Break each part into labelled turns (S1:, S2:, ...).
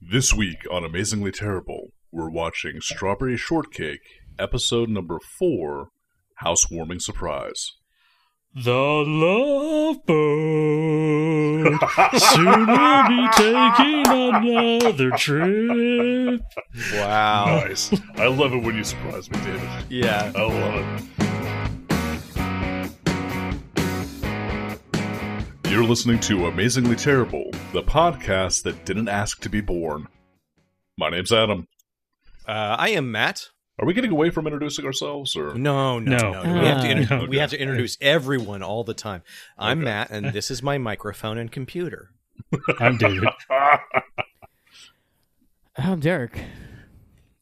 S1: This week on Amazingly Terrible, we're watching Strawberry Shortcake, episode number four Housewarming Surprise.
S2: The love boat soon will be taking another trip.
S3: Wow.
S1: Nice. I love it when you surprise me, David.
S3: yeah.
S1: I love it. You're listening to Amazingly Terrible, the podcast that didn't ask to be born. My name's Adam.
S3: Uh, I am Matt.
S1: Are we getting away from introducing ourselves, or
S3: No, no,
S2: No.
S3: no. we,
S1: Uh,
S3: have to inter-
S2: No.
S3: we have to introduce everyone all the time. I'm
S1: Okay.
S3: Matt, and this is my microphone and computer.
S2: I'm David.
S1: Ah,
S4: I'm Derek.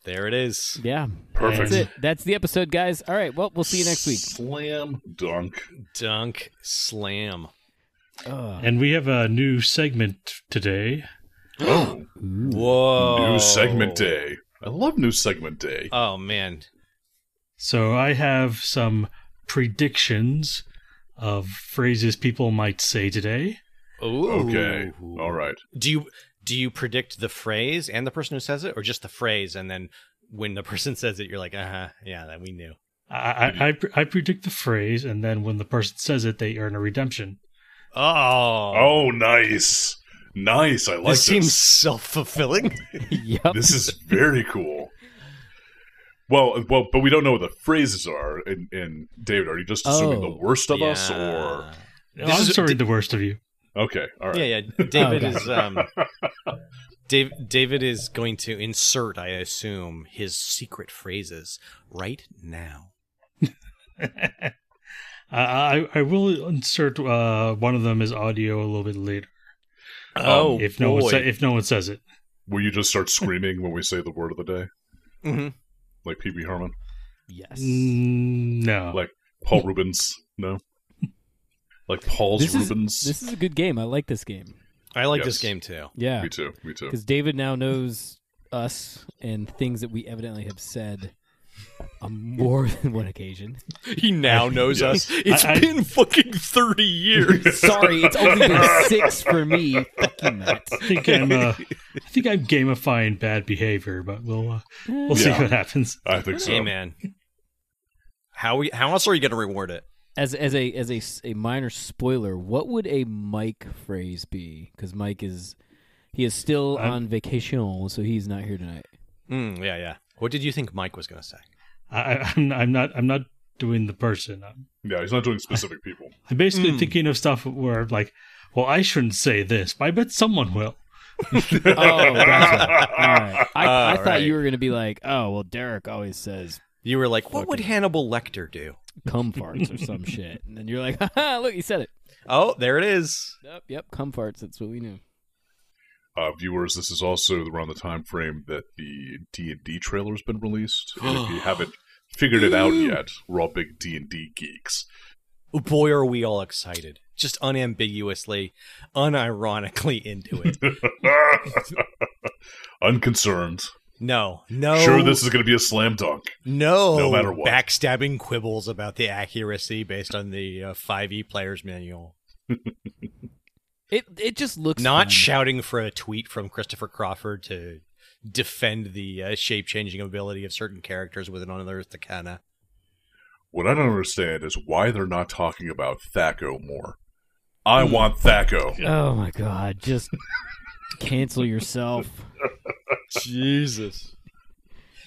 S3: There it is.
S4: Yeah.
S1: perfect?
S4: That's it. That's the episode, guys. All right. Well, we'll see you next week.
S1: Slam dunk.
S3: Dunk slam.
S4: Ugh.
S2: And we have a new segment today.
S1: Oh,
S3: Whoa.
S1: new segment day. I love new segment day.
S3: Oh man.
S2: So I have some predictions of phrases people might say today.
S3: Ooh.
S1: Okay. All right.
S3: Do you do you predict the phrase and the person who says it, or just the phrase, and then when the person says it, you're like, uh huh, yeah, that we knew.
S2: I, I, I,
S3: Hmm.
S2: pre- I predict the phrase, and then when the person says it, they earn a redemption.
S3: Oh.
S1: Oh, nice. Nice. I like
S3: This
S1: this.
S3: seems self fulfilling.
S4: yep.
S1: this is very cool. Well, well, but we don't know what the phrases are. And, and David, are you just assuming
S4: Oh.
S1: the worst of us, or
S2: No,
S3: This
S2: I'm
S3: is-
S2: sorry,
S3: di-
S2: the worst of you.
S1: okay, all right,
S3: Yeah, yeah. David
S4: okay.
S3: is um, Dave, David is going to insert, I assume, his secret phrases right now.
S2: I, I, I will insert uh, one of them as audio a little bit later
S3: Um,
S1: Oh,
S2: Um, if no one sa- if no one says it.
S1: will you just start screaming when we say the word of the day,
S3: Mhm.
S1: like Pee Wee Herman,
S4: Yes.
S2: Mm, No.
S1: Like- Paul Rubens? No, like Paul's
S4: This is-
S1: Rubens.
S4: This is a good game. I like this game.
S3: I like
S1: Yes.
S3: this game too.
S4: Yeah.
S1: Me too. Me too.
S4: Because David now knows us and things that we evidently have said on more than one occasion.
S3: He now knows us. It's
S2: I- I-
S3: been fucking thirty years.
S4: Sorry, it's only been six for me. Fuck you, Matt.
S2: I think I'm uh, I think I'm gamifying bad behavior, but we'll uh, we'll see
S1: Yeah.
S2: what happens.
S1: I think so.
S3: hey man, how we how else are you going to reward it?
S4: As as a as a, s- a minor spoiler, what would a Mike phrase be? Because Mike is he is still
S2: I'm-
S4: on vacation, so he's not here tonight.
S3: Mm, yeah, yeah. What did you think Mike was going to say?
S2: I, I- I'm I'm not I'm not doing the person. I'm,
S1: Yeah, he's not doing specific people.
S2: I'm basically
S3: Mm.
S2: thinking of stuff where like, well, I shouldn't say this, but I bet someone will.
S4: Oh, gotcha. All right. I, I
S3: All
S4: thought
S3: right.
S4: you were going to be like, oh, well, Derek always says
S3: You were like, what would
S4: Fucking-
S3: Hannibal Lecter do?
S4: cum farts or some shit. And then you're like, haha, look, he said it.
S3: Oh, there it is.
S4: Yep, yep, cum farts. That's what we knew.
S1: Uh, viewers, this is also around the time frame that the D and D trailer's been released. And if you haven't figured it out yet, we're all big D and D geeks.
S3: boy are we all excited just unambiguously unironically into it
S1: Unconcerned.
S3: no no
S1: Sure, this is going to be a slam dunk.
S3: no
S1: no matter what.
S3: backstabbing quibbles about the accuracy based on the uh, 5e players manual
S4: It it just looks
S3: not
S4: fun.
S3: shouting for a tweet from christopher crawford to defend the uh, shape-changing ability of certain characters with an unearthed arcana
S1: What I don't understand is why they're not talking about Thaco more. I want Thaco.
S4: Oh my god, just cancel yourself.
S3: jesus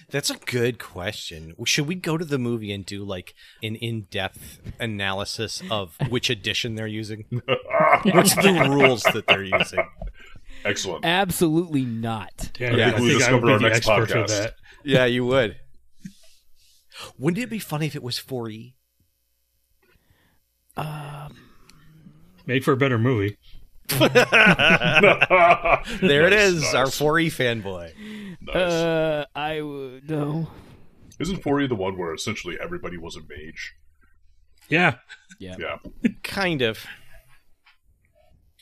S3: that's a good question. Should we go to the movie and do like an in-depth analysis of which edition they're using? What's the rules that they're using?
S1: Excellent.
S4: Absolutely not.
S2: Damn,
S3: Yeah,
S2: I
S3: we'll
S2: think I
S1: discover
S2: would be
S1: our
S2: the
S1: next
S2: expert for
S1: podcast.
S2: that.
S3: Yeah, you would. Wouldn't it be funny if it was E? 4E?
S4: Um,
S2: Make for a better movie.
S3: There it
S1: Nice,
S3: is,
S1: nice,
S3: our 4E fanboy.
S1: nice.
S4: uh, I would no.
S1: Isn't 4E the one where essentially everybody was a mage?
S2: Yeah.
S4: Yeah.
S1: Yeah.
S3: Kind of.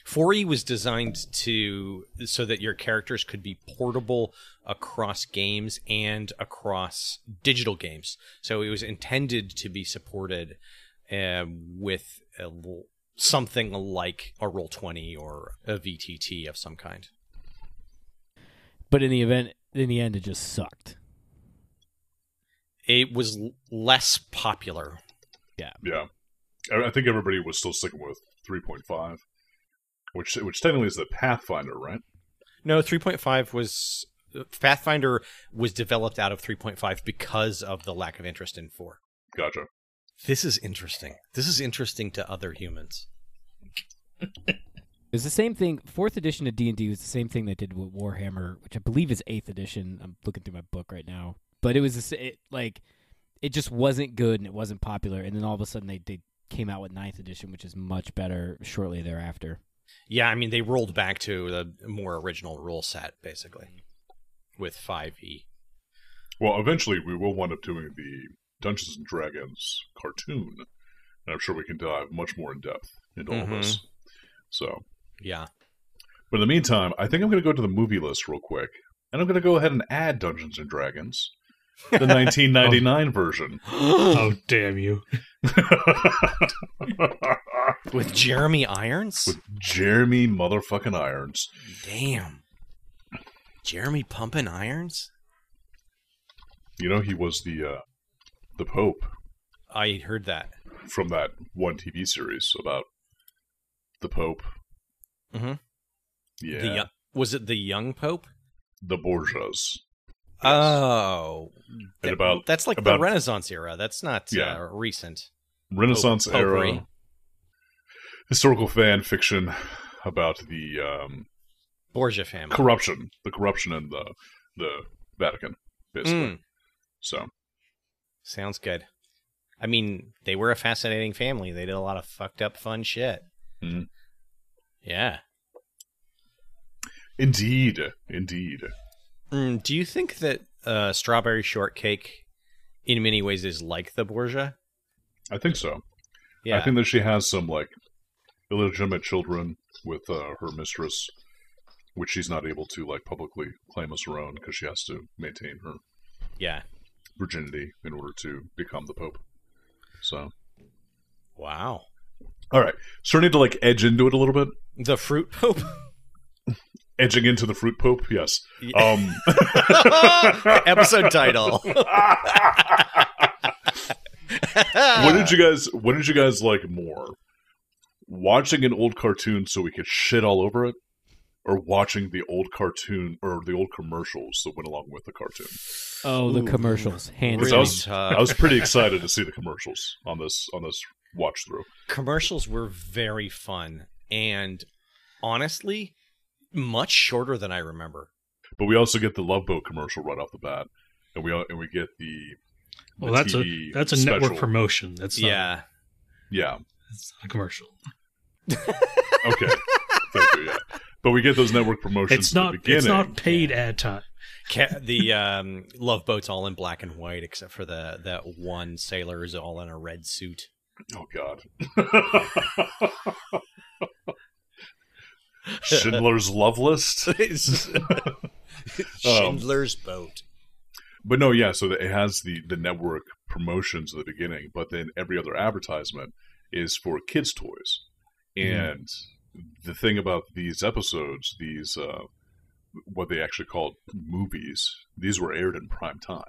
S3: 4E was designed to so that your characters could be portable across games and across digital games. So it was intended to be supported uh, with a l something like a Roll20 or a VTT of some kind.
S4: But in the event, in the end, it just sucked.
S3: It was l- less popular.
S1: Yeah, I, I think everybody was still sticking with 3.5, which which technically is the Pathfinder, right?
S3: No, 3.5 was Pathfinder was developed out of 3.5 because of the lack of interest in 4.
S1: Gotcha.
S3: This is interesting. This is interesting to other humans.
S4: It was the same thing. Fourth edition of D and D was the same thing they did with Warhammer, which I believe is eighth edition. I'm looking through my book right now, but it was the sa- it, like it just wasn't good and it wasn't popular. And then all of a sudden they they came out with ninth edition, which is much better shortly thereafter.
S3: Yeah, I mean they rolled back to the more original rule set basically with E. 5e.
S1: Well, eventually we will wind up doing the Dungeons and Dragons cartoon, and I'm sure we can dive much more in depth into all
S3: Mhm.
S1: this. So,
S3: Yeah.
S1: but in the meantime, I think I'm going to go to the movie list real quick, and I'm going to go ahead and add Dungeons and Dragons, the 1999 version.
S3: Hmm.
S2: Oh, damn you.
S3: with Jeremy Irons?
S1: With Jeremy motherfucking Irons.
S3: Damn. Jeremy pumping Irons?
S1: You know, he was the uh, the Pope
S3: I heard that.
S1: from that one TV series about the Pope.
S3: Mhm.
S1: Yeah,
S3: The
S1: the,
S3: yo- was it the young pope?
S1: Borgias.
S3: Oh, that-
S1: about-
S3: that's like
S1: about-
S3: the Renaissance era. That's not
S1: Yeah.
S3: uh, recent.
S1: Renaissance
S3: Pope-
S1: era
S3: popery.
S1: historical fan fiction about the um,
S3: Borgia family.
S1: corruption, the corruption in the the Vatican, basically.
S3: Mm,
S1: So
S3: sounds good. I mean, they were a fascinating family. They did a lot of fucked up, fun shit.
S1: Mm.
S3: Yeah.
S1: indeed, indeed,
S3: Mm, do you think that uh, strawberry shortcake, in many ways, is like the Borgia?
S1: I think so.
S3: Yeah.
S1: I think that she has some like illegitimate children with uh, her mistress, which she's not able to like publicly claim as her own because she has to maintain her
S3: yeah.
S1: virginity in order to become the pope. So,
S3: Wow.
S1: all right, starting to like edge into it a little bit,
S3: The fruit pope.
S1: edging into the fruit pope. Yes.
S3: Yeah.
S1: Um.
S3: Episode title.
S1: what did you guys what did you guys like more watching an old cartoon so we could shit all over it or watching the old cartoon or the old commercials that went along with the cartoon
S4: Oh, the
S3: Ooh.
S4: commercials, hands
S1: Really?
S4: down.
S1: was-
S3: uh,
S1: i was pretty excited to see the commercials on this on this watch through
S3: commercials were very fun and honestly much shorter than I remember.
S1: but we also get the love boat commercial right off the bat and we al- and we get the, the
S2: Well, that's
S1: TV
S2: a that's a
S1: special.
S2: network promotion. That's not, yeah,
S3: yeah.
S1: yeah
S2: that's not a commercial.
S1: okay thank you yeah but we get those network promotions
S2: It's
S1: at the
S2: not
S1: beginning
S2: it's not paid ad time.
S3: Ca- the um, love boat's all in black and white except for the that one sailor is all in a red suit.
S1: Oh God. Oh, Schindler's Love List.
S3: Schindler's boat.
S1: But no, yeah. So it has the the network promotions at the beginning, but then every other advertisement is for kids' toys. And the thing about these episodes, these uh, what they actually called movies, these were aired in prime time.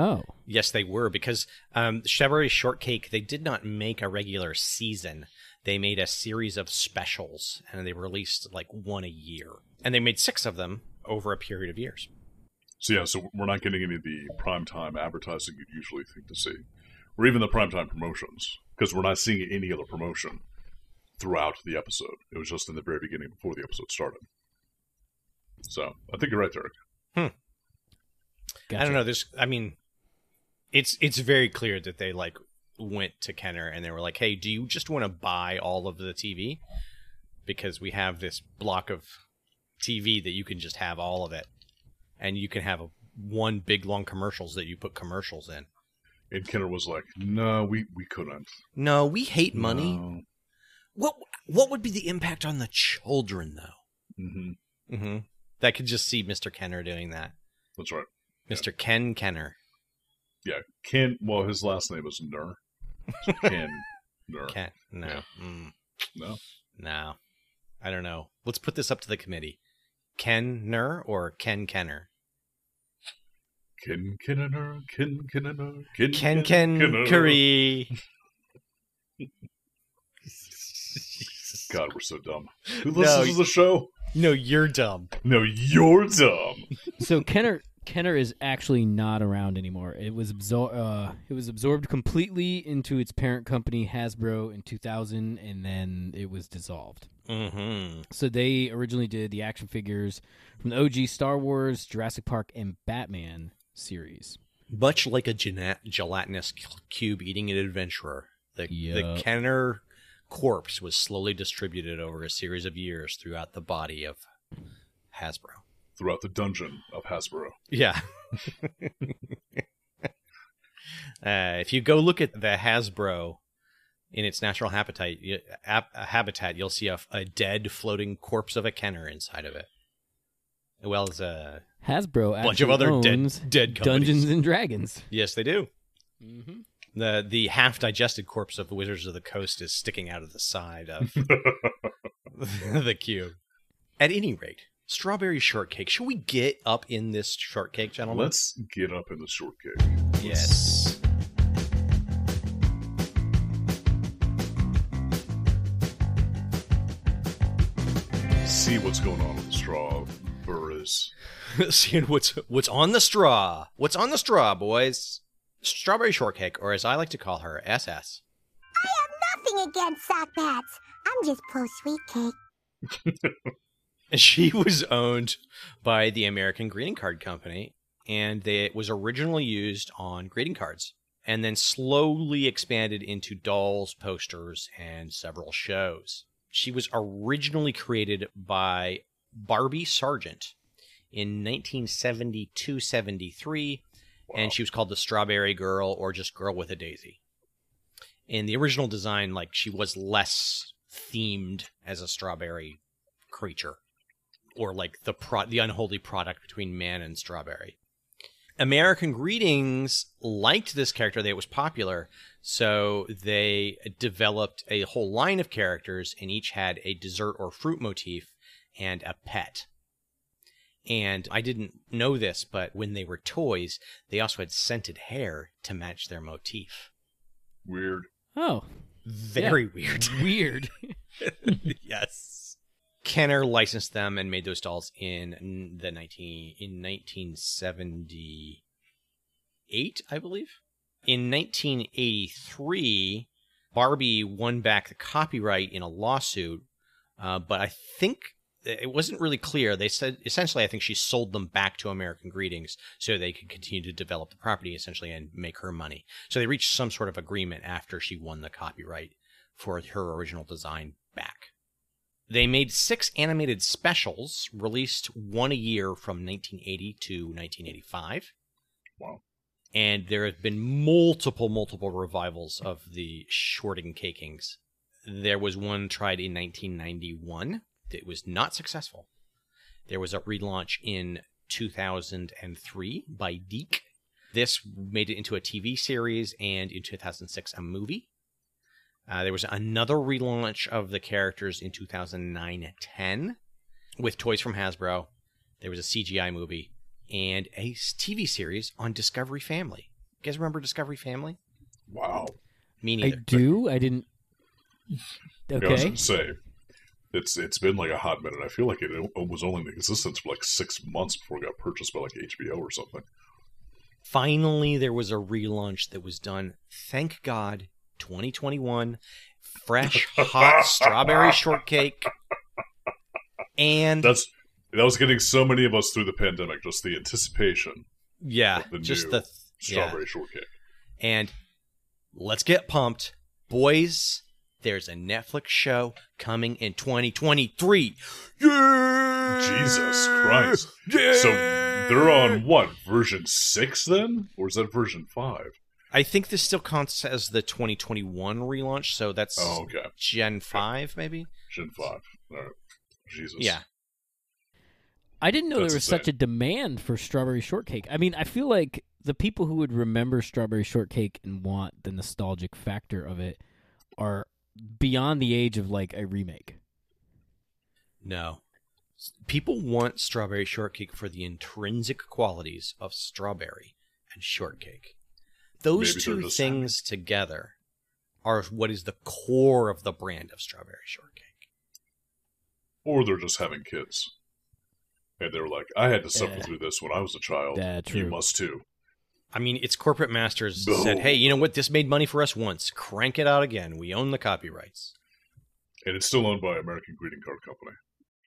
S4: Oh,
S3: Yes, they were because um, Strawberry Shortcake they did not make a regular season. They made a series of specials and they released like one a year, and they made six of them over a period of years.
S1: So yeah, so we're not getting any of the primetime advertising you'd usually think to see, or even the primetime promotions, because we're not seeing any other promotion throughout the episode. It was just in the very beginning before the episode started. So I think you're right, Derek.
S4: gotcha.
S3: I don't know. There's, I mean, it's it's very clear that they like went to Kenner and they were like, "Hey, do you just want to buy all of the TV? Because we have this block of TV that you can just have all of it, and you can have a, one big long commercials that you put commercials in."
S1: And Kenner was like, "No, we we couldn't
S3: No, we hate money.
S1: No.
S3: What what would be the impact on the children though?
S1: Mhm.
S3: Mm-hmm. That could just see Mr. Kenner doing that.
S1: That's right.
S3: Mr. Ken Kenner.
S1: Yeah, Ken. Well, his last name is Nur. So Ken Nur.
S3: Ken. No.
S1: Yeah.
S3: Mm.
S1: No?
S3: No. I don't know. Let's put this up to the committee. Kenner or Ken Kenner?
S1: Kin Kinner, Kin Kinner, Kin
S3: Ken Ken Curry.
S1: God, we're so dumb. Who listens to the show?
S3: No, you're dumb.
S1: No, you're dumb.
S4: So Kenner Kenner is actually not around anymore. It was absor- uh, it was absorbed completely into its parent company Hasbro in 2000, and then it was dissolved.
S3: Mm-hmm.
S4: So they originally did the action figures from the OG Star Wars, Jurassic Park, and Batman series.
S3: Much like a gena- gelatinous c- cube eating an adventurer, the, the
S4: Yup.
S3: Kenner corpse was slowly distributed over a series of years throughout the body of Hasbro.
S1: Throughout the dungeon of Hasbro.
S3: Yeah. uh, if you go look at the Hasbro in its natural habitat, you- ap- habitat, you'll see a, f- a dead floating corpse of a Kenner inside of it. Well, as a
S4: Hasbro actually
S3: bunch of other dead,
S4: owns
S3: dead companies.
S4: Dungeons and Dragons.
S3: Yes, they do.
S4: Mm-hmm.
S3: The the half digested corpse of the Wizards of the Coast is sticking out of the side of the cube. At any rate, strawberry shortcake. Should we get up in this shortcake, gentlemen?
S1: Let's get up in the shortcake.
S3: Yes.
S1: See what's going on with the straw burrs.
S3: Seeing what's what's on the straw. What's on the straw, boys? Strawberry shortcake, or as I like to call her, SS.
S5: I have nothing against sock bats. I'm just pro sweet cake.
S3: She was owned by the American Greeting Card Company, and they, it was originally used on greeting cards, and then slowly expanded into dolls, posters, and several shows. She was originally created by Barbie Sargent in 1972 73, and she was called the Strawberry Girl or just Girl with a Daisy. In the original design, like she was less themed as a strawberry creature or like the pro- the unholy product between man and strawberry. American Greetings liked this character; that it was popular, so they developed a whole line of characters, and each had a dessert or fruit motif and a pet. And I didn't know this, but when they were toys, they also had scented hair to match their motif.
S1: Weird.
S4: Oh,
S3: Very weird.
S4: weird.
S3: yes. Kenner licensed them and made those dolls in the 19 in 1978, I believe. In 1983, Barbie won back the copyright in a lawsuit, uh, but I think it wasn't really clear. They said essentially, I think she sold them back to American Greetings so they could continue to develop the property essentially and make her money. So they reached some sort of agreement after she won the copyright for her original design back. They made six animated specials, released one a year from 1980 to 1985.
S1: Wow.
S3: And there have been multiple, multiple revivals of the shorting cakings. There was one tried in 1991 that was not successful. There was a relaunch in 2003 by Deke. This made it into a TV series and in 2006 a movie. Uh, there was another relaunch of the characters in 2009 10 with toys from Hasbro. There was a CGI movie and a s- TV series on Discovery Family. You guys remember Discovery Family?
S1: Wow.
S3: Me
S4: I
S3: neither.
S4: do. I didn't.
S1: Yeah, I was
S4: Okay.
S1: gonna say it's it's been like a hot minute. I feel like it, it was only in existence for like six months before it got purchased by like HBO or something.
S4: Mm-hmm.
S3: Finally, there was a relaunch that was done, thank God, 2021. Fresh, hot strawberry shortcake. And
S1: That's that was getting so many of us through the pandemic. Just the anticipation,
S3: yeah,
S1: the
S3: just
S1: new
S3: the th- yeah.
S1: strawberry shortcake.
S3: And let's get pumped. Boys, there's a Netflix show coming in 2023. Yeah!
S1: Jesus Christ!
S3: Yeah!
S1: So they're on what version six then, or is that version five?
S3: I think this still counts as the 2021 relaunch, so that's
S1: Oh, okay,
S3: Gen 5, maybe?
S1: Gen five. All right. Jesus.
S3: Yeah.
S4: I didn't know
S1: That's
S4: there was such a demand for strawberry shortcake. I mean, I feel like the people who would remember strawberry shortcake and want the nostalgic factor of it are beyond the age of like a remake.
S3: No. People want strawberry shortcake for the intrinsic qualities of strawberry and shortcake. Those
S1: Maybe they're
S3: two
S1: just-
S3: things together are what is the core of the brand of strawberry shortcake.
S1: or they're just having kids. And they're like, I had to suffer
S4: Yeah.
S1: through this when I was a child.
S4: Yeah,
S1: you
S4: true.
S1: must too.
S3: I mean, it's corporate masters
S1: No.
S3: said, "Hey, you know what? This made money for us once. Crank it out again. We own the copyrights."
S1: And it's still owned by American Greeting Card Company.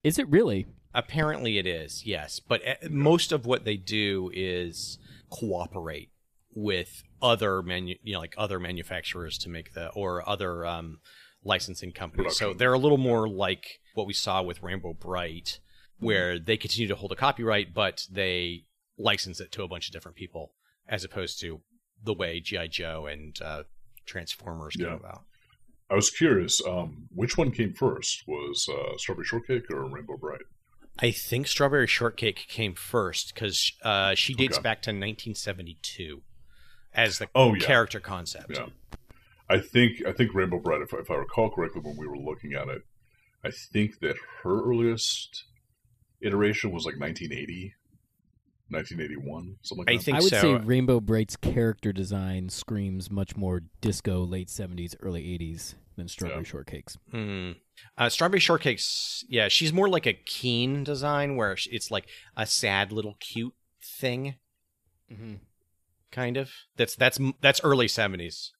S4: Is it really?
S3: Apparently, it is yes, but uh, most of what they do is cooperate with other manu- you know, like other manufacturers to make the or other um, licensing companies. So
S1: Production.
S3: they're a little more like what we saw with Rainbow Bright,
S1: Mm-hmm.
S3: where they continue to hold a copyright, but they license it to a bunch of different people, as opposed to the way GI Joe and uh, Transformers came
S1: Yeah.
S3: about.
S1: I was curious, um, which one came first? Was uh, Strawberry Shortcake or Rainbow Bright?
S3: I think Strawberry Shortcake came first because uh, she dates
S1: Okay.
S3: back to 1972 as the
S1: Oh, yeah.
S3: character concept.
S1: Yeah. I think I think Rainbow Bright, if, if I recall correctly, when we were looking at it, I think that her earliest iteration was like 1980, 1981, something
S3: I
S1: like that.
S3: think
S4: I would
S3: so.
S4: say Rainbow Bright's character design screams much more disco late 70s, early 80s than Strawberry
S1: Yeah.
S4: Shortcakes.
S3: Hmm. Uh, Strawberry Shortcake's yeah, she's more like a keen design where sh- it's like a sad little cute thing,
S4: Mm-hmm.
S3: kind of. That's that's m- that's early 70s.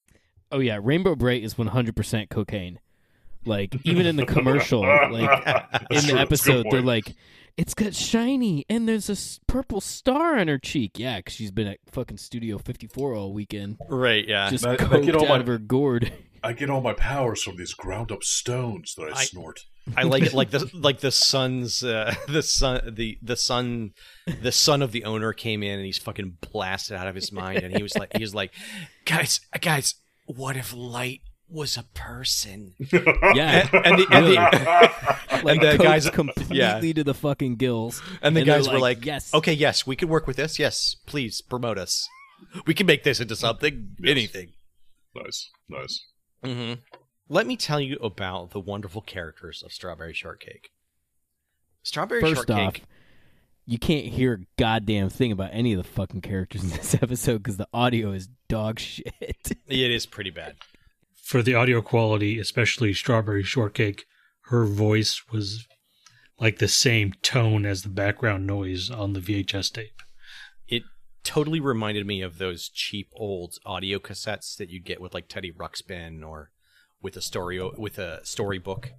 S4: Oh, yeah. Rainbow Bright is 100% cocaine. Like, even in the commercial, like, in
S1: That's
S4: the
S1: true. That's a good
S4: episode, they're
S1: point.
S4: like, it's got shiny and there's a s- purple star on her cheek. Yeah, because she's been at fucking Studio 54 all weekend.
S3: Right. Yeah.
S4: Just
S1: that- that
S4: coked
S1: kid all
S4: out
S1: my-
S4: of her gourd.
S1: I get all my powers from these ground up stones that I,
S3: I-
S1: snort.
S3: I like it like the like the sun's uh, the sun the the sun the son of the owner came in and he's fucking blasted out of his mind and he was like he was like guys guys what if light was a person
S4: Yeah.
S3: and, and the, and the,
S4: like,
S3: the
S4: coked
S3: guys-
S4: completely
S3: yeah.
S4: to the fucking gills.
S3: and the
S4: And they're
S3: guys were
S4: like,
S3: like "Oh,
S4: "Yes."
S3: okay yes we could work with this yes please promote us we can make this into something
S1: Yes.
S3: anything
S1: nice, nice.
S3: Mm-hmm. Let me tell you about the wonderful characters of Strawberry Shortcake. Strawberry
S4: First
S3: Shortcake.
S4: off, you can't hear a goddamn thing about any of the fucking characters in this episode because the audio is dog shit.
S3: It is pretty bad.
S2: For the audio quality, especially Strawberry Shortcake, her voice was like the same tone as the background noise on the VHS tape.
S3: It totally reminded me of those cheap old audio cassettes that you'd get with like Teddy Ruxpin or with a story with a storybook.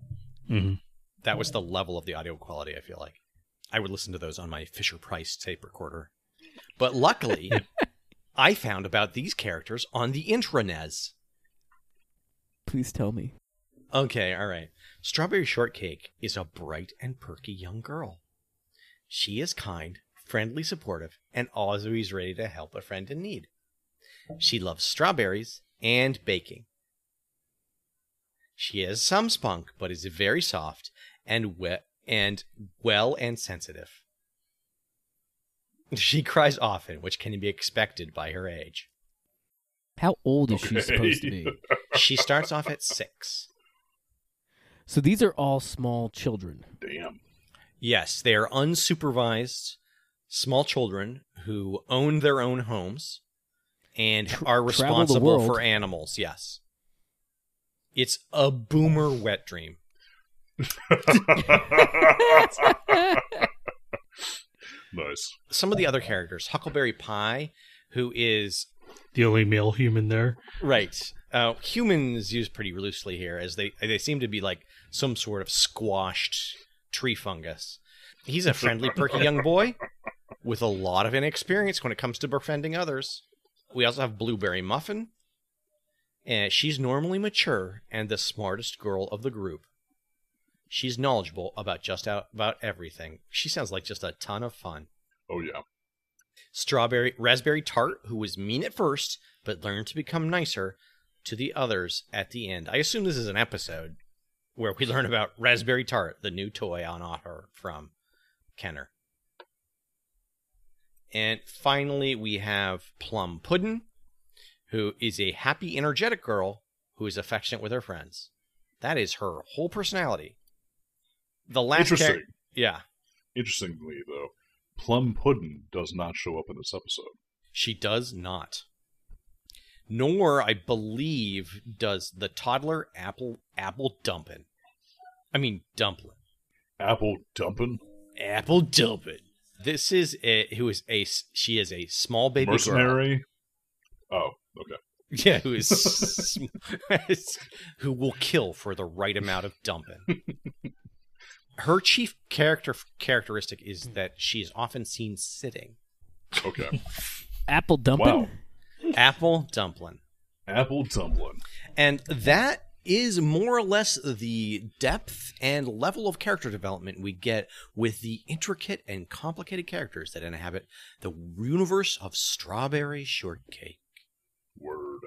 S2: Mhm.
S3: That was the level of the audio quality. I feel like I would listen to those on my Fisher Price tape recorder. But luckily, I found about these characters on the intranets.
S4: Please tell me.
S3: Okay, all right. Strawberry Shortcake is a bright and perky young girl. She is kind, friendly, supportive, and always ready to help a friend in need. She loves strawberries and baking. She has some spunk, but is very soft and we- and well and sensitive. She cries often, which can be expected by her age.
S4: How old is she
S1: Okay.
S4: supposed to be?
S3: She starts off at six.
S4: So these are all small children.
S1: Damn.
S3: Yes, they are unsupervised small children who own their own homes and
S4: Tr-
S3: are
S4: travel the
S3: responsible
S4: world.
S3: for animals. Yes. It's a boomer wet dream.
S1: nice.
S3: Some
S4: Oh,
S3: of the other characters, Huckleberry Pie, who is
S2: The only male human there.
S3: right. Uh, humans used pretty loosely here, as they they seem to be like some sort of squashed tree fungus. He's a friendly, perky young boy with a lot of inexperience when it comes to befriending others. We also have Blueberry Muffin, and she's normally mature and the smartest girl of the group. She's knowledgeable about just out, about everything. She sounds like just a ton of fun
S1: Oh yeah.
S3: strawberry raspberry tart who was mean at first but learned to become nicer to the others at the end i assume this is an episode where we learn about raspberry tart the new toy on offer from kenner and finally we have plum puddin who is a happy energetic girl who is affectionate with her friends that is her whole personality the last char-
S1: Interesting.
S3: yeah
S1: Interestingly, though, Plum Puddin does not show up in this episode.
S3: She does not. Nor, I believe, does the toddler apple apple dumpin. I mean dumpling.
S1: Apple Dumpin?
S3: Apple dumpin. This is a, who is a s- she is a small baby girl.
S1: Mercenary? Oh, okay.
S3: Yeah, who is sm- who will kill for the right amount of dumping. Her chief character characteristic is that she is often seen sitting.
S1: Okay.
S4: Apple dumping.
S1: wow.
S3: Apple dumpling.
S1: Apple Dumpling.
S3: And that is more or less the depth and level of character development we get with the intricate and complicated characters that inhabit the universe of strawberry shortcake.
S1: Word.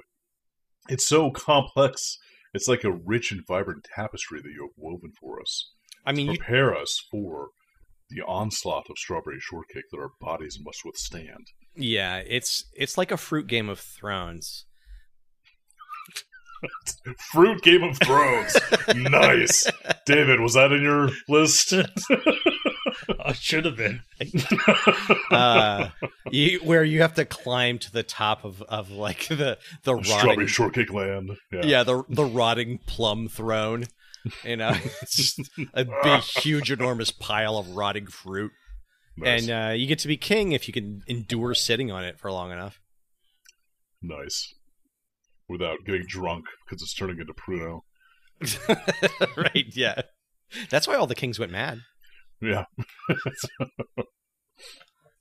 S1: It's so complex. It's like a rich and vibrant tapestry that you have woven for us.
S3: I mean, you,
S1: Prepare us for the onslaught of strawberry shortcake that our bodies must withstand.
S3: yeah, it's it's like a fruit game of thrones.
S1: Fruit Game of Thrones. nice. David, was that in your list?
S2: I should have been.
S3: uh, you, where you have to climb to the top of, of like the the
S1: Strawberry
S3: rotting
S1: Shortcake Land.
S3: yeah. the the rotting plum throne. You know, it's just a big, huge, enormous pile of rotting fruit,
S1: Nice.
S3: and uh, you get to be king if you can endure sitting on it for long enough.
S1: nice. Without getting drunk because it's turning into Pruno.
S3: right? Yeah, that's why all the kings went mad.
S1: Yeah.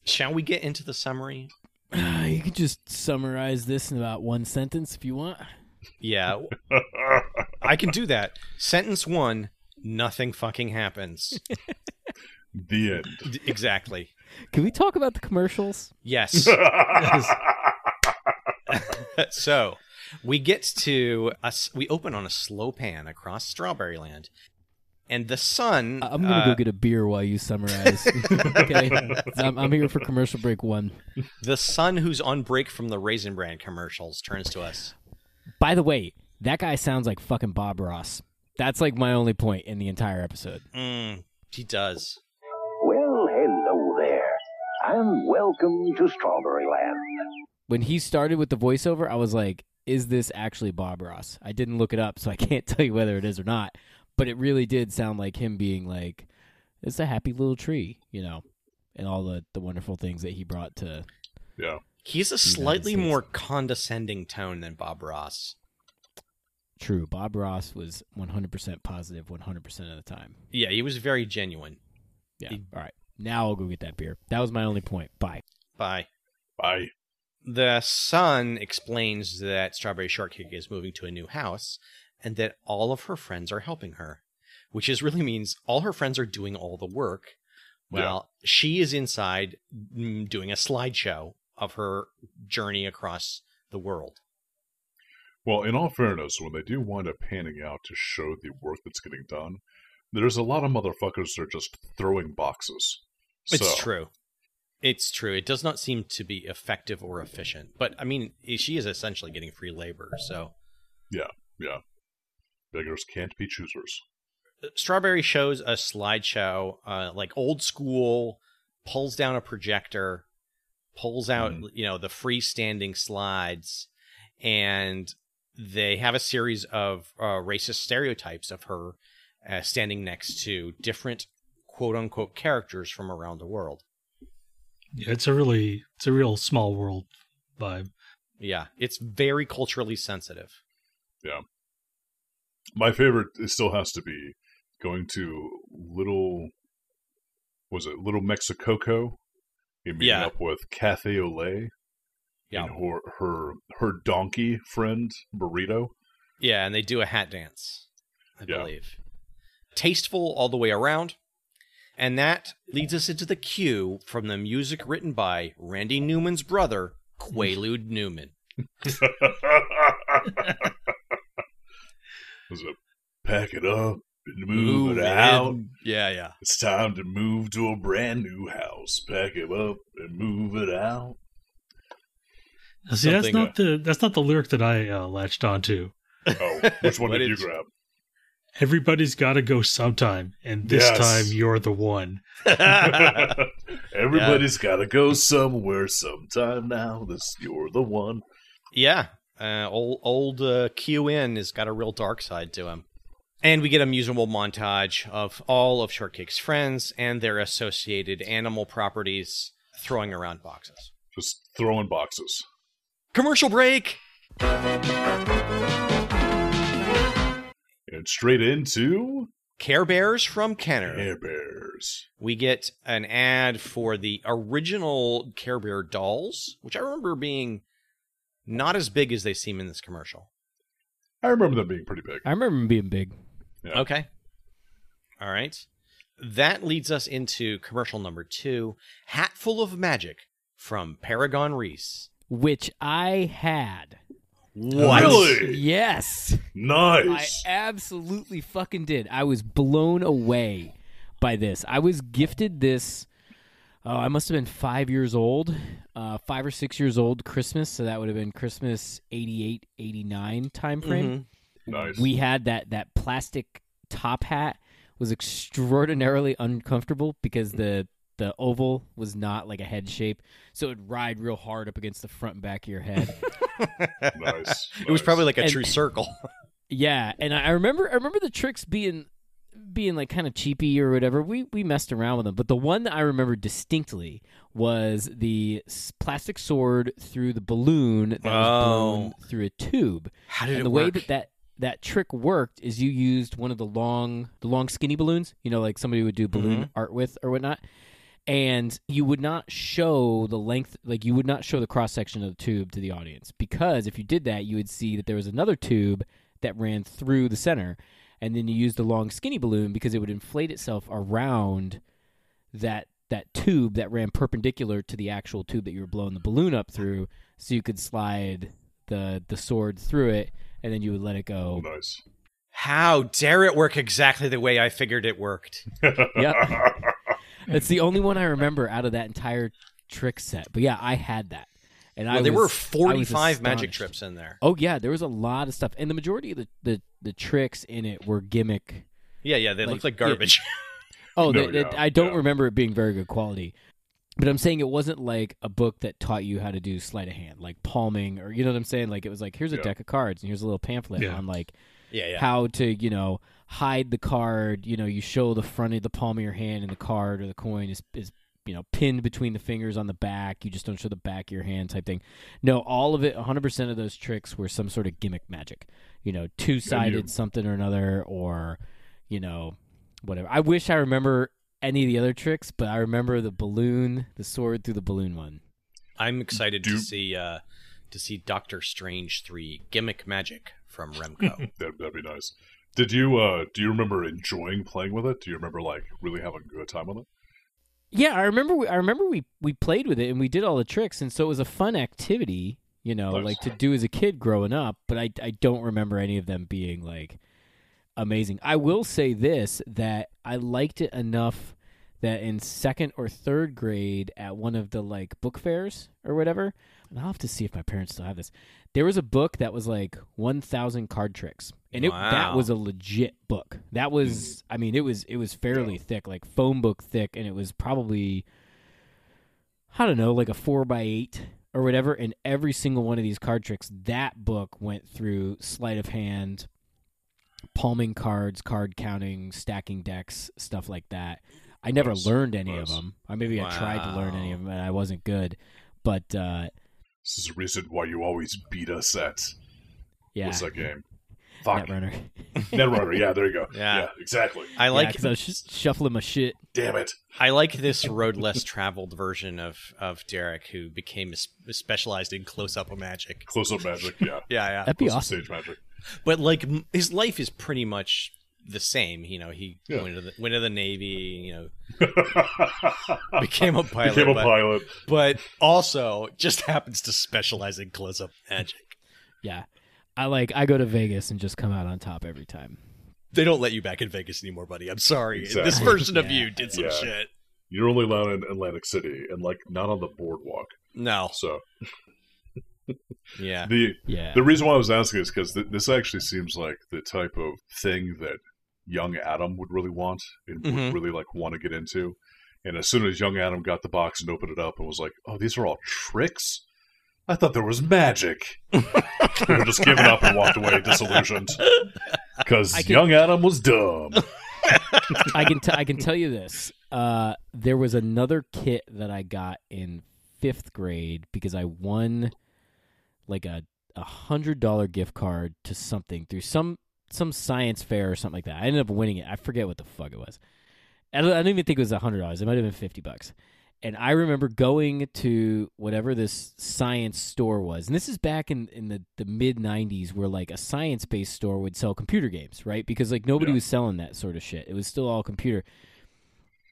S3: Shall we get into the summary?
S4: Ah, you can just summarize this in about one sentence if you want.
S3: Yeah, I can do that. Sentence one: Nothing fucking happens.
S1: the end.
S3: D- exactly.
S4: Can we talk about the commercials?
S3: Yes. so we get to us we open on a slow pan across strawberry land and the sun
S4: I- I'm gonna
S3: uh,
S4: go get a beer while you summarize. okay, I'm, I'm here for commercial break one.
S3: the sun who's on break from the raisin brand commercials turns to us
S4: By the way, that guy sounds like fucking Bob Ross. That's like my only point in the entire episode.
S3: mm, he does
S6: Well, hello there, and welcome to Strawberry Land.
S4: When he started with the voiceover, I was like, "Is this actually Bob Ross?" I didn't look it up, so I can't tell you whether it is or not. But it really did sound like him being like, "It's a happy little tree," you know, and all the the wonderful things that he brought to.
S1: yeah.
S3: he's a slightly more condescending tone than bob ross
S4: True, Bob Ross was 100% positive 100% of the time.
S3: yeah he was very genuine
S4: Yeah.
S3: He-
S4: All right. Now I'll go get that beer. That was my only point. Bye.
S3: bye
S1: Bye.
S3: the sun explains that strawberry shortcake is moving to a new house and that all of her friends are helping her which is really means all her friends are doing all the work while she is inside mm, doing a slideshow of her journey across the world
S1: Well, in all fairness, when they do wind up panning out to show the work that's getting done, there's a lot of motherfuckers that are just throwing boxes.
S3: it's
S1: So,
S3: true it's true it does not seem to be effective or efficient but i mean she is essentially getting free labor so
S1: Beggars can't be choosers.
S3: Strawberry shows a slideshow, uh, like old school, pulls down a projector, pulls out,
S1: Mhm.
S3: you know, the freestanding slides, and they have a series of uh, racist stereotypes of her uh, standing next to different quote unquote characters from around the world.
S2: Yeah, it's a really, it's a real small world vibe.
S3: Yeah, it's very culturally sensitive.
S1: My favorite it still has to be going to little, was it Little Mexicoco? And meeting
S3: Yeah.
S1: up with Kathy Olay
S3: Yeah.
S1: and her, her her donkey friend Burrito.
S3: Yeah, and they do a hat dance, I
S1: Yeah.
S3: believe. Tasteful all the way around. And that leads us into the cue from the music written by Randy Newman's brother, Quaalude Newman.
S1: was it pack it up and move, it out?
S3: in. Yeah, yeah.
S1: It's time to move to a brand new house. Pack it up and move it out.
S2: Now, see, that's
S3: Something,
S2: not the that's not the lyric that I uh, latched onto.
S1: Oh, which one
S3: What
S1: did you
S3: did you-
S1: grab?
S2: everybody's got to go sometime, and this
S1: Yes.
S2: time you're the one.
S1: Everybody's got to go somewhere sometime now. This you're the one.
S3: Yeah, uh, old old uh, QN has got a real dark side to him. And we get a musical montage of all of Shortcake's friends and their associated animal properties throwing around boxes.
S1: Just throwing boxes.
S3: Commercial break.
S1: And straight into
S3: Care Bears from Kenner.
S1: Air Bears.
S3: We get an ad for the original Care Bear dolls, which I remember being not as big as they seem in this commercial.
S1: I remember them being pretty big.
S4: I remember him being big.
S1: Yeah.
S3: Okay. All right. That leads us into commercial number two Hatful of Magic from Paragon Reese.
S4: Which I had.
S1: What? Really?
S4: Yes. I
S1: Nice.
S4: absolutely fucking did. I was blown away by this. I was gifted this. Oh, I must have been five years old, uh, five or six years old Christmas. So that would have been Christmas 88, 89 time frame.
S3: Mhm.
S1: nice.
S4: We had that that plastic top hat was extraordinarily uncomfortable because the the oval was not like a head shape, so it'd ride real hard up against the front and back of your head.
S1: nice.
S3: It was probably like a
S4: And-
S3: true circle.
S4: Yeah, and I I remember I remember the tricks being being like kind of cheapy or whatever. We we messed around with them, but the one that I remember distinctly was the s- plastic sword through the balloon that was blown through a tube.
S3: How
S4: and the way that, that that trick worked is you used one of the long the long skinny balloons, you know, like somebody would do balloon art with or whatnot. And you would not show the length, like you would not show the cross section of the tube to the audience because if you did that, you would see that there was another tube that ran through the center, and then you used the long skinny balloon because it would inflate itself around that that tube that ran perpendicular to the actual tube that you were blowing the balloon up through, so you could slide the the sword through it, and then you would let it go.
S1: nice.
S3: How dare it work exactly the way I figured it worked?
S4: Yep, that's the only one I remember out of that entire trick set. But yeah, I had that, and I
S3: Well, there
S4: was- I
S3: were
S4: was
S3: 45 magic
S4: astonished.
S3: trips in there.
S4: Oh yeah, there was a lot of stuff, and the majority of the the, the tricks in it were gimmick.
S3: Yeah, yeah, they
S4: Like,
S3: look like
S4: yeah.
S3: garbage.
S4: Oh,
S1: No
S4: that that-
S1: doubt,
S4: I don't
S1: yeah.
S4: remember it being very good quality. But I'm saying it wasn't like a book that taught you how to do sleight of hand, like palming, or you know what I'm saying. Like it was like here's a
S1: Yeah.
S4: deck of cards and here's a little pamphlet
S2: Yeah.
S4: on like
S3: yeah, yeah.
S4: how to you know hide the card. You know, you show the front of the palm of your hand and the card or the coin is is you know pinned between the fingers on the back. You just don't show the back of your hand type thing. No, all of it, 100 percent of those tricks were some sort of gimmick magic. You know, two sided something or another, or you know whatever. I wish I remember any of the other tricks, but I remember the balloon, the sword through the balloon one.
S3: I'm excited to
S1: Do-
S3: see uh, to see Doctor Strange 3 Gimmick Magic from Remco.
S1: That, that'd be nice. Did you uh do you remember enjoying playing with it? Do you remember like really having a good time with it?
S4: Yeah, I remember. We, I remember we we played with it and we did all the tricks, and so it was a fun activity, you know,
S1: Nice.
S4: like to do as a kid growing up. But I I don't remember any of them being like amazing. I will say this that I liked it enough that in second or third grade at one of the like book fairs or whatever, and I'll have to see if my parents still have this. There was a book that was like one thousand card tricks, and it that
S3: Wow. Hmm.
S4: was a legit book. That was, I mean, it was it was fairly thick, like phone book thick, and it was probably, I don't know, like a four by eight or whatever. And every single one of these card tricks, that book went through sleight of hand, palming cards, card counting, stacking decks, stuff like that. I never
S1: Nice.
S4: learned any of
S1: Nice.
S4: them. I maybe I tried to learn any
S3: Wow.
S4: of them, and I wasn't good. But uh,
S1: This is the reason why you always beat us at
S4: yeah,
S1: what's that game? Fuck
S4: Netrunner.
S1: Netrunner. Yeah, there you go.
S3: Yeah.
S1: exactly.
S3: I
S4: Like,
S3: like
S4: I was sh- shuffling my shit.
S1: Damn it.
S3: I like this road less traveled version of of Derek, who became s- specialized in close up magic.
S1: Close up magic. Yeah.
S3: Yeah, yeah.
S4: That'd be
S1: Close-up
S4: awesome.
S1: Stage magic.
S3: But like m- his life is pretty much the same. You know, he
S1: Yeah.
S3: went to the went to the navy. You know, became a pilot.
S1: Became a
S3: but,
S1: pilot.
S3: but also just happens to specialize in close up magic.
S4: Yeah, I like. I go to Vegas and just come out on top every time.
S3: They don't let you back in Vegas anymore, buddy. I'm sorry. This
S1: Exactly.
S3: version of
S4: Yeah.
S3: you did some
S1: Yeah.
S3: shit.
S1: You're only allowed in Atlantic City and like not on the boardwalk.
S3: No.
S1: So
S3: Yeah.
S1: the
S4: Oh, Yeah,
S1: The reason why I was asking is because th- this actually seems like the type of thing that young Adam would really want and
S3: Mhm.
S1: would really like want to get into. And as soon as young Adam got the box and opened it up and was like, "Oh, these are all tricks." I thought there was magic. Could have just given up and walked away disillusioned because
S4: I can-
S1: young Adam was dumb.
S4: I can t- I can tell you this. Uh, there was another kit that I got in fifth grade because I won like a a hundred dollar gift card to something through some some science fair or something like that. I ended up winning it. I forget what the fuck it was. I don't, I don't even think it was a hundred dollars. It might have been fifty bucks. And I remember going to whatever this science store was. And this is back in, in the, the mid 90s where like a science based store would sell computer games, right? Because like nobody
S1: Yeah.
S4: was selling that sort of shit. It was still all computer.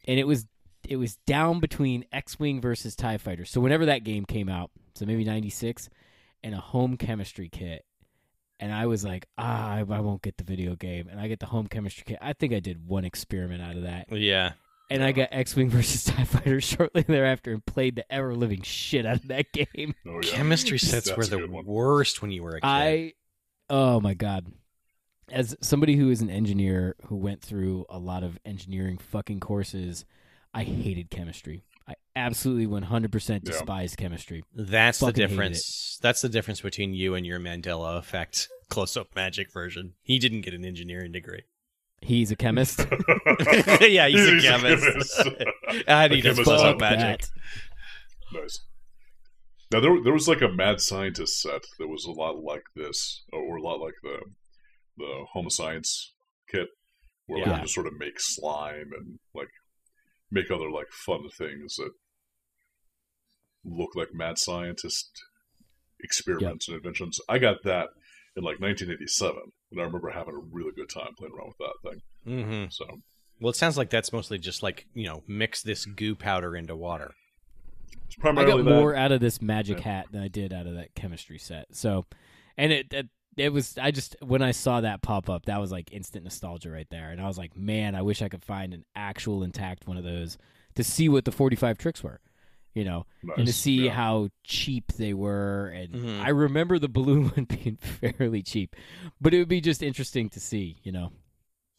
S4: And it was it was down between X-Wing versus TIE Fighter. So whenever that game came out, so maybe 96 and a home chemistry kit. And I was like, ah, I, I won't get the video game. And I get the home chemistry kit. I think I did one experiment out of that.
S1: Oh,
S3: Yeah.
S4: And I got X Wing versus TIE Fighter shortly thereafter and played the ever living shit out of that game.
S1: Oh, yeah.
S3: Chemistry sets
S1: That's
S3: were
S1: a
S3: the
S1: good one.
S3: worst when you were a kid.
S4: I, oh my God. As somebody who is an engineer who went through a lot of engineering fucking courses, I hated chemistry. I absolutely 100%
S1: Yeah.
S4: despised chemistry.
S3: That's the
S4: fucking hated
S3: difference. That's the difference between you and your Mandela effect close up magic version. He didn't get an engineering degree.
S4: He's a chemist.
S3: yeah, he's,
S1: He's
S3: a
S1: a
S3: chemist.
S1: chemist.
S3: I need
S1: A
S3: to
S1: chemist
S3: close
S1: is
S3: up
S1: a-
S3: magic.
S4: That.
S1: Nice. Now there, there was like a mad scientist set that was a lot like this, uh, or, or a lot like the the home science kit, where like
S4: Yeah.
S1: you just sort of make slime and like make other like fun things that look like mad scientist experiments and inventions. I got that in like 1987, and I remember having a really good time playing around with that thing.
S3: hmm
S1: So
S3: Well, it sounds like that's mostly just like you know, mix this goo powder into water.
S1: it's
S4: I got
S1: primarily that.
S4: more out of this magic
S1: Yeah.
S4: hat than I did out of that chemistry set. So, and it, it it was I just when I saw that pop up, that was like instant nostalgia right there, and I was like, man, I wish I could find an actual intact one of those to see what the forty five tricks were, you know, and to
S1: Nice.
S4: see
S1: Uh, Yeah. Mm-hmm.
S4: how cheap they were. And
S3: Mhm.
S4: I remember the blue one being fairly cheap, but it would be just interesting to see, you know.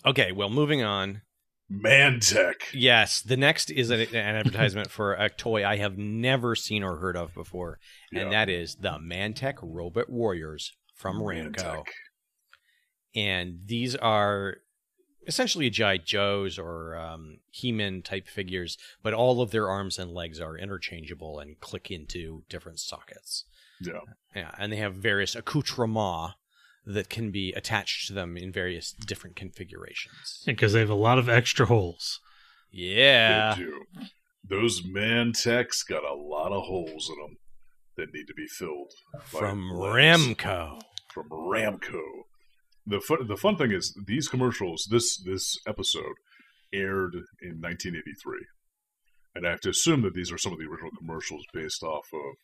S3: Okay, well, moving on.
S1: man tech.
S3: Yes, the next is an, an advertisement for a toy I have never seen or heard of before,
S1: Yeah.
S3: and that is the Mantech Robot Warriors from
S1: Man
S3: Ramco.
S1: tech.
S3: and these are essentially GI Joes or um, He-Man type figures, but all of their arms and legs are interchangeable and click into different sockets.
S1: Yeah.
S3: Yeah, and they have various accoutrements that can be attached to them in various different configurations.
S2: because they have a lot of extra holes.
S3: Yeah,
S1: They do. Those man techs got a lot of holes in them that need to be filled
S3: from
S1: Legs.
S3: Ramco.
S1: from Ramco. The fun, the fun thing is these commercials. This this episode aired in 1983, and I have to assume that these are some of the original commercials based off of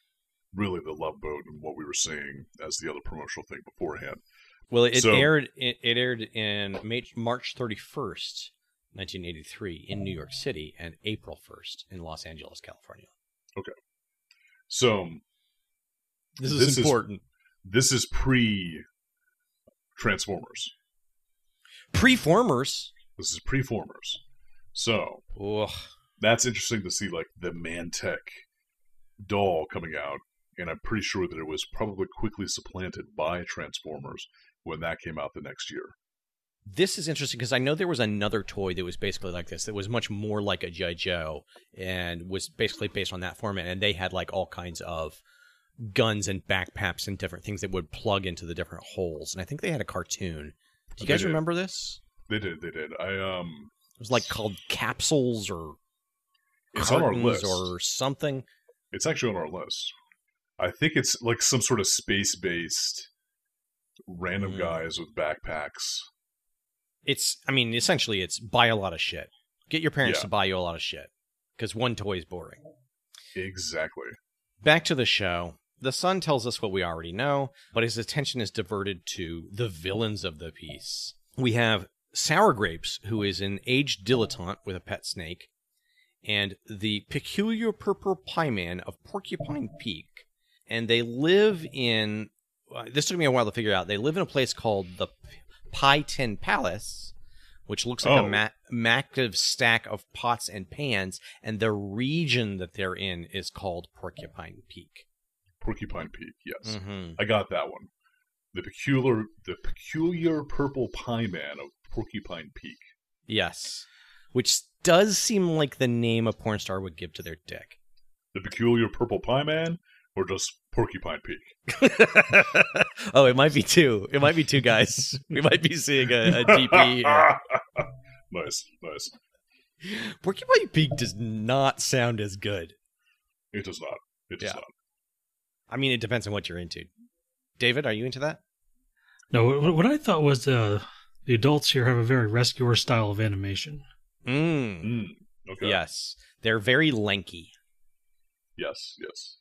S1: really the Love Boat and what we were seeing as the other promotional thing beforehand.
S3: Well, it
S1: So-
S3: aired it, it aired in Ma- March 31st, 1983 in New York City and April 1st in Los Angeles, California.
S1: So
S3: This
S1: This is-
S3: is important.
S1: this is pre Transformers.
S3: Preformers.
S1: This is pre Formers. So
S3: Ugh.
S1: that's interesting to see like the Mantech doll coming out, and I'm pretty sure that it was probably quickly supplanted by Transformers when that came out the next year.
S3: This is interesting because I know there was another toy that was basically like this that was much more like a G.I. Joe and was basically based on that format. And they had like all kinds of guns and backpacks and different things that would plug into the different holes. And I think they had a cartoon. Do
S1: They
S3: you guys
S1: did.
S3: remember this?
S1: They did, they did. I um,
S3: It was like called Capsules or
S1: it's on our
S3: Cartons
S1: list.
S3: or something.
S1: It's actually on our list. I think it's like some sort of space-based random
S3: Hmm.
S1: guys with backpacks.
S3: It's, I mean, essentially it's buy a lot of shit. Get your parents
S1: Yeah.
S3: to buy you a lot of shit because one toy is boring.
S1: Exactly.
S3: Back to the show. The sun tells us what we already know, but his attention is diverted to the villains of the piece. We have Sour Grapes, who is an aged dilettante with a pet snake, and the peculiar purple pie man of Porcupine Peak. And they live in. uh, This took me a while to figure out. They live in a place called the P- Pie Tin Palace, which looks like
S1: Oh.
S3: a ma- massive stack of pots and pans, and the region that they're in is called Porcupine Peak.
S1: Porcupine Peak, yes.
S3: Mm-hmm.
S1: I got that one. The peculiar, the peculiar purple pie man of Porcupine Peak.
S3: Yes, which does seem like the name a porn star would give to their dick.
S1: The peculiar purple pie man, or just Porcupine Peak.
S3: oh, it might be two. It might be two guys. we might be seeing a, a DP. here.
S1: nice, nice.
S3: Porcupine Peak does not sound as good.
S1: It does not. It does
S3: Yeah. I mean, it depends on what you're into. David, are you into that?
S2: No, what, what I thought was uh, the adults here have a very rescuer style of animation.
S1: not.
S3: Mm,
S1: Mm, okay.
S3: Yes, they're very lanky.
S1: Yes. Yes.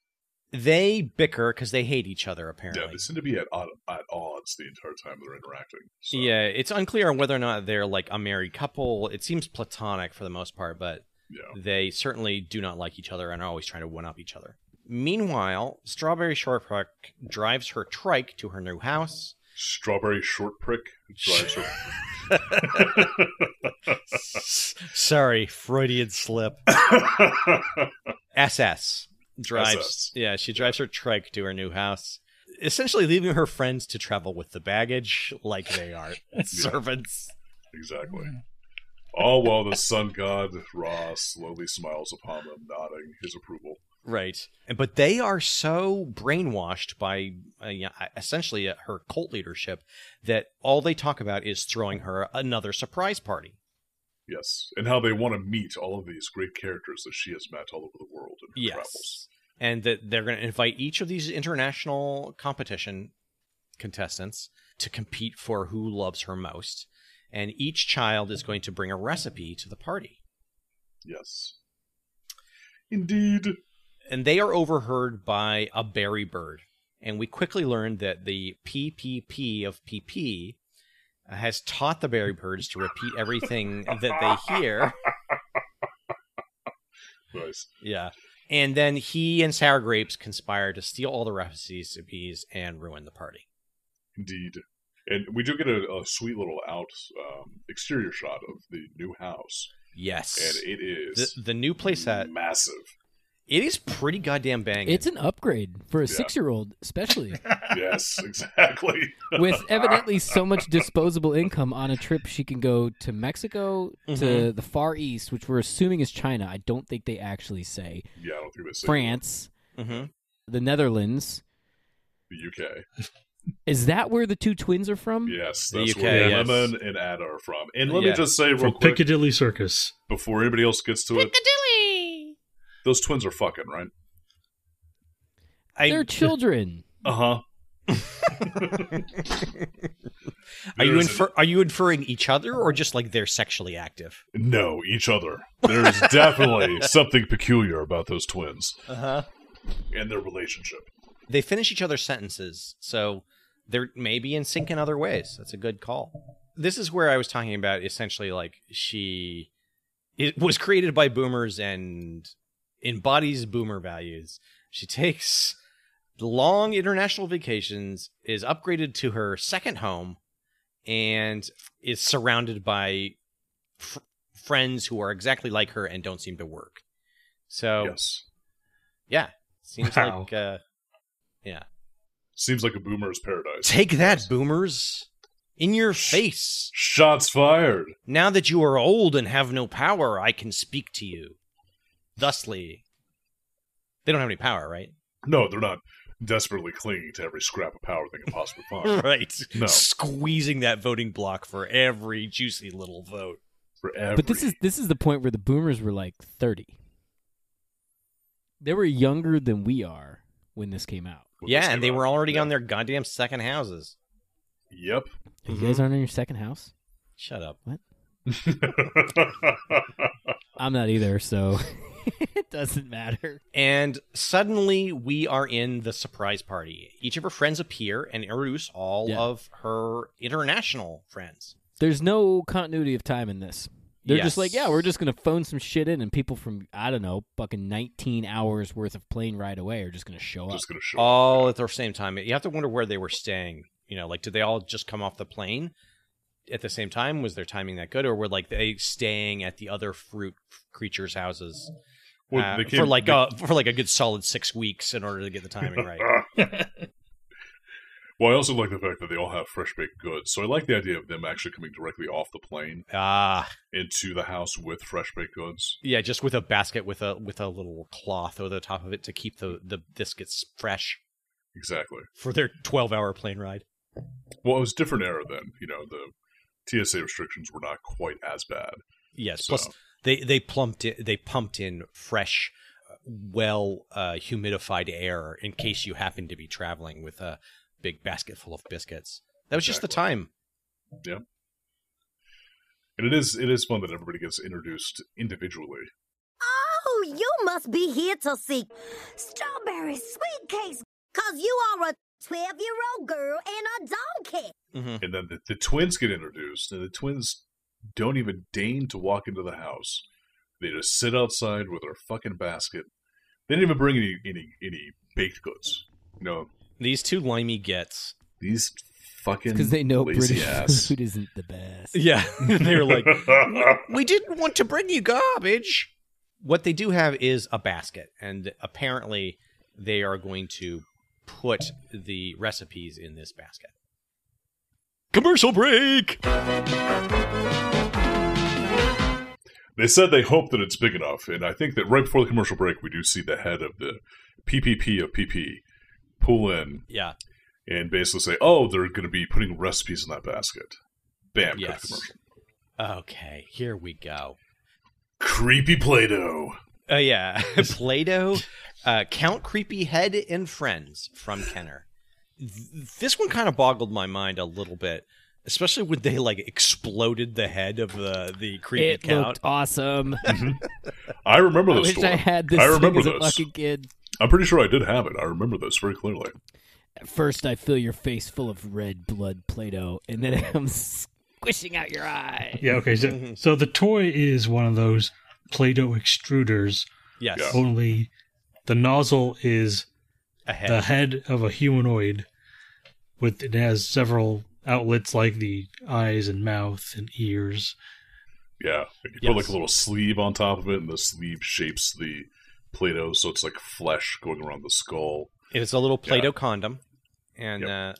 S3: They bicker because they hate each other. Apparently,
S1: Yeah. They seem to be at odd, at odds the entire time they're interacting. So.
S3: Yeah, it's unclear on whether or not they're like a married couple. It seems platonic for the most part, but
S1: Yeah.
S3: they certainly do not like each other and are always trying to one up each other. Meanwhile, Strawberry Shortcake drives her trike to her new house.
S1: Strawberry short prick drives her.
S3: Sorry, Freudian slip. SS drives.
S1: SS.
S3: Yeah, she drives her trike to her new house, essentially leaving her friends to travel with the baggage like they are servants.
S1: exactly. All while the sun god Ra slowly smiles upon them, nodding his approval.
S3: Right. And but they are so brainwashed by uh, yeah, essentially uh, her cult leadership that all they talk about is throwing her another surprise party.
S1: Yes, and how they want to meet all of these great characters that she has met all over the world in her
S3: Yes.
S1: travels.
S3: And that they're going to invite each of these international competition contestants to compete for who loves her most. And each child is going to bring a recipe to the party.
S1: Yes. Indeed.
S3: And they are overheard by a berry bird. And we quickly learn that the PPP of PP has taught the berry birds to repeat everything that they hear.
S1: Nice.
S3: Yeah. And then he and Sour Grapes conspire to steal all the recipes and ruin the party.
S1: Indeed. And we do get a, a sweet little out um, exterior shot of the new house,
S3: Yes.
S1: and it
S3: the,
S1: is
S3: the new playset
S1: massive.
S3: it is pretty goddamn banging.
S4: It's an upgrade for a
S1: Yeah.
S4: six-year-old, especially
S1: yes, exactly.
S4: with evidently so much disposable income on a trip she can go to Mexico to
S3: Mhm.
S4: the Far East, which we're assuming is China. I don't think they actually say
S1: Yeah, I don't think they say
S4: France,
S3: hmm
S4: the Netherlands.
S1: the UK.
S4: Is that where the two twins are from?
S1: Yes,
S3: The
S1: that's
S3: UK,
S1: where
S3: yes.
S1: Lemon and Ada are from. And let
S3: Yeah.
S1: me just say real
S2: From
S1: quick
S2: Piccadilly Circus.
S1: before anybody else gets to it, those twins are fucking right.
S3: I,
S4: They're children.
S1: Uh huh.
S3: are you infer- are you inferring each other or just like they're sexually active?
S1: No, each other. There's definitely something peculiar about those twins
S3: Uh huh.
S1: and their relationship.
S3: They finish each other's sentences, so they're maybe in sync in other ways. That's a good call. This is where I was talking about essentially like she it was created by boomers and embodies boomer values. She takes long international vacations, is upgraded to her second home, and is surrounded by f- friends who are exactly like her and don't seem to work. So,
S1: Yes.
S3: yeah, seems
S2: Wow.
S3: like uh,
S1: Seems like a boomer's paradise.
S3: Take that, boomers. In your face.
S1: Shots fired.
S3: Now that you are old and have no power, I can speak to you. Thusly. They don't have any power, right?
S1: No, they're not desperately clinging to every scrap of power they can possibly find
S3: Right.
S1: No.
S3: Squeezing that voting block for every juicy little vote.
S1: for every.
S4: But this is this is the point where the boomers were like 30. They were younger than we are when this came out.
S1: when this
S3: yeah, and
S1: came
S3: they
S1: out.
S3: were already
S1: Yeah.
S3: on their goddamn second houses.
S1: Yep.
S4: You guys aren't in your second house?
S3: Shut up.
S4: I'm not either, so it doesn't matter.
S3: And suddenly we are in the surprise party. Each of her friends appear and introduce all
S4: Yeah.
S3: of her international friends.
S4: There's no continuity of time in this. They're just
S3: Yes.
S4: like, yeah, we're just going to phone some shit in, and people from, I don't know, fucking 19 hours worth of plane ride away are just going to show up.
S1: Just gonna show.
S3: all at the same time. You have to wonder where they were staying. You know, like did they all just come off the plane at the same time? Was their timing that good, or were like they staying at the other fruit creatures' houses
S1: Well,
S3: uh,
S1: they
S3: for
S1: came-
S3: like
S1: they-
S3: a for like a good solid six weeks in order to get the timing right?
S1: Ah. Well, I also like the fact that they all have fresh baked goods. So I like the idea of them actually coming directly off the plane
S3: Ah,
S1: into the house with fresh baked goods.
S3: yeah, just with a basket with a with a little cloth over the top of it to keep the the biscuits fresh
S1: Exactly.
S3: for their twelve hour plane ride.
S1: Well, it was a different era then. You know, the TSA restrictions were not quite as bad.
S3: Yes,
S1: So,
S3: plus they they plumped in, they pumped in fresh, uh, well uh, humidified air in case you happened to be traveling with a big basket full of biscuits. That was just the
S1: Exactly.
S3: time.
S1: and it is it is fun that everybody gets introduced individually.
S5: Oh, you must be here to see strawberry sweet cakes, cause you are a 12 year old girl and a donkey.
S3: Mm-hmm.
S1: And then the, the twins get introduced, and the twins don't even deign to walk into the house. They just sit outside with their fucking basket. They didn't even bring any any any baked goods. You know,
S3: These two limey gets.
S1: these fucking
S4: because they know
S1: lazy
S4: British
S1: ass.
S4: food isn't the best.
S3: Yeah, they were like, we didn't want to bring you garbage. What they do have is a basket, and apparently they are going to put the recipes in this basket. Commercial break.
S1: They said they hope that it's big enough, and I think that right before the commercial break, we do see the head of the PPP of PP pull in
S3: Yeah,
S1: and basically say, "Oh, they're going to be putting recipes in that basket." Bam! cut to
S3: Yes.
S1: commercial.
S3: Okay, here we go.
S1: Creepy Play-Doh.
S3: Oh yeah, Plato, uh, Count Creepy Head and Friends from Kenner. Th- This one kind of boggled my mind a little bit, especially when they like exploded the head of the the creepy
S4: It
S3: count.
S4: looked awesome.
S1: Mm-hmm. I remember
S4: I
S1: this
S4: wish
S1: story.
S4: I had this
S1: I
S4: thing
S1: remember
S4: as a
S1: this.
S4: fucking kid.
S1: I'm pretty sure I did have it. I remember this very clearly.
S4: At first, I fill your face full of red blood Play-Doh, and then I'm squishing out your eye.
S2: Yeah, okay.
S1: Mm-hmm.
S2: So, so the toy is one of those Play Doh extruders,
S3: yes,
S1: Yeah.
S2: only the nozzle is
S3: a head.
S2: the head of a humanoid with it has several outlets like the eyes and mouth and ears.
S1: Yeah, you put like
S3: Yes.
S1: a little sleeve on top of it, and the sleeve shapes the Play-Doh, so it's like flesh going around the skull.
S3: It is a little Play-Doh condom, and
S1: Yep.
S3: uh,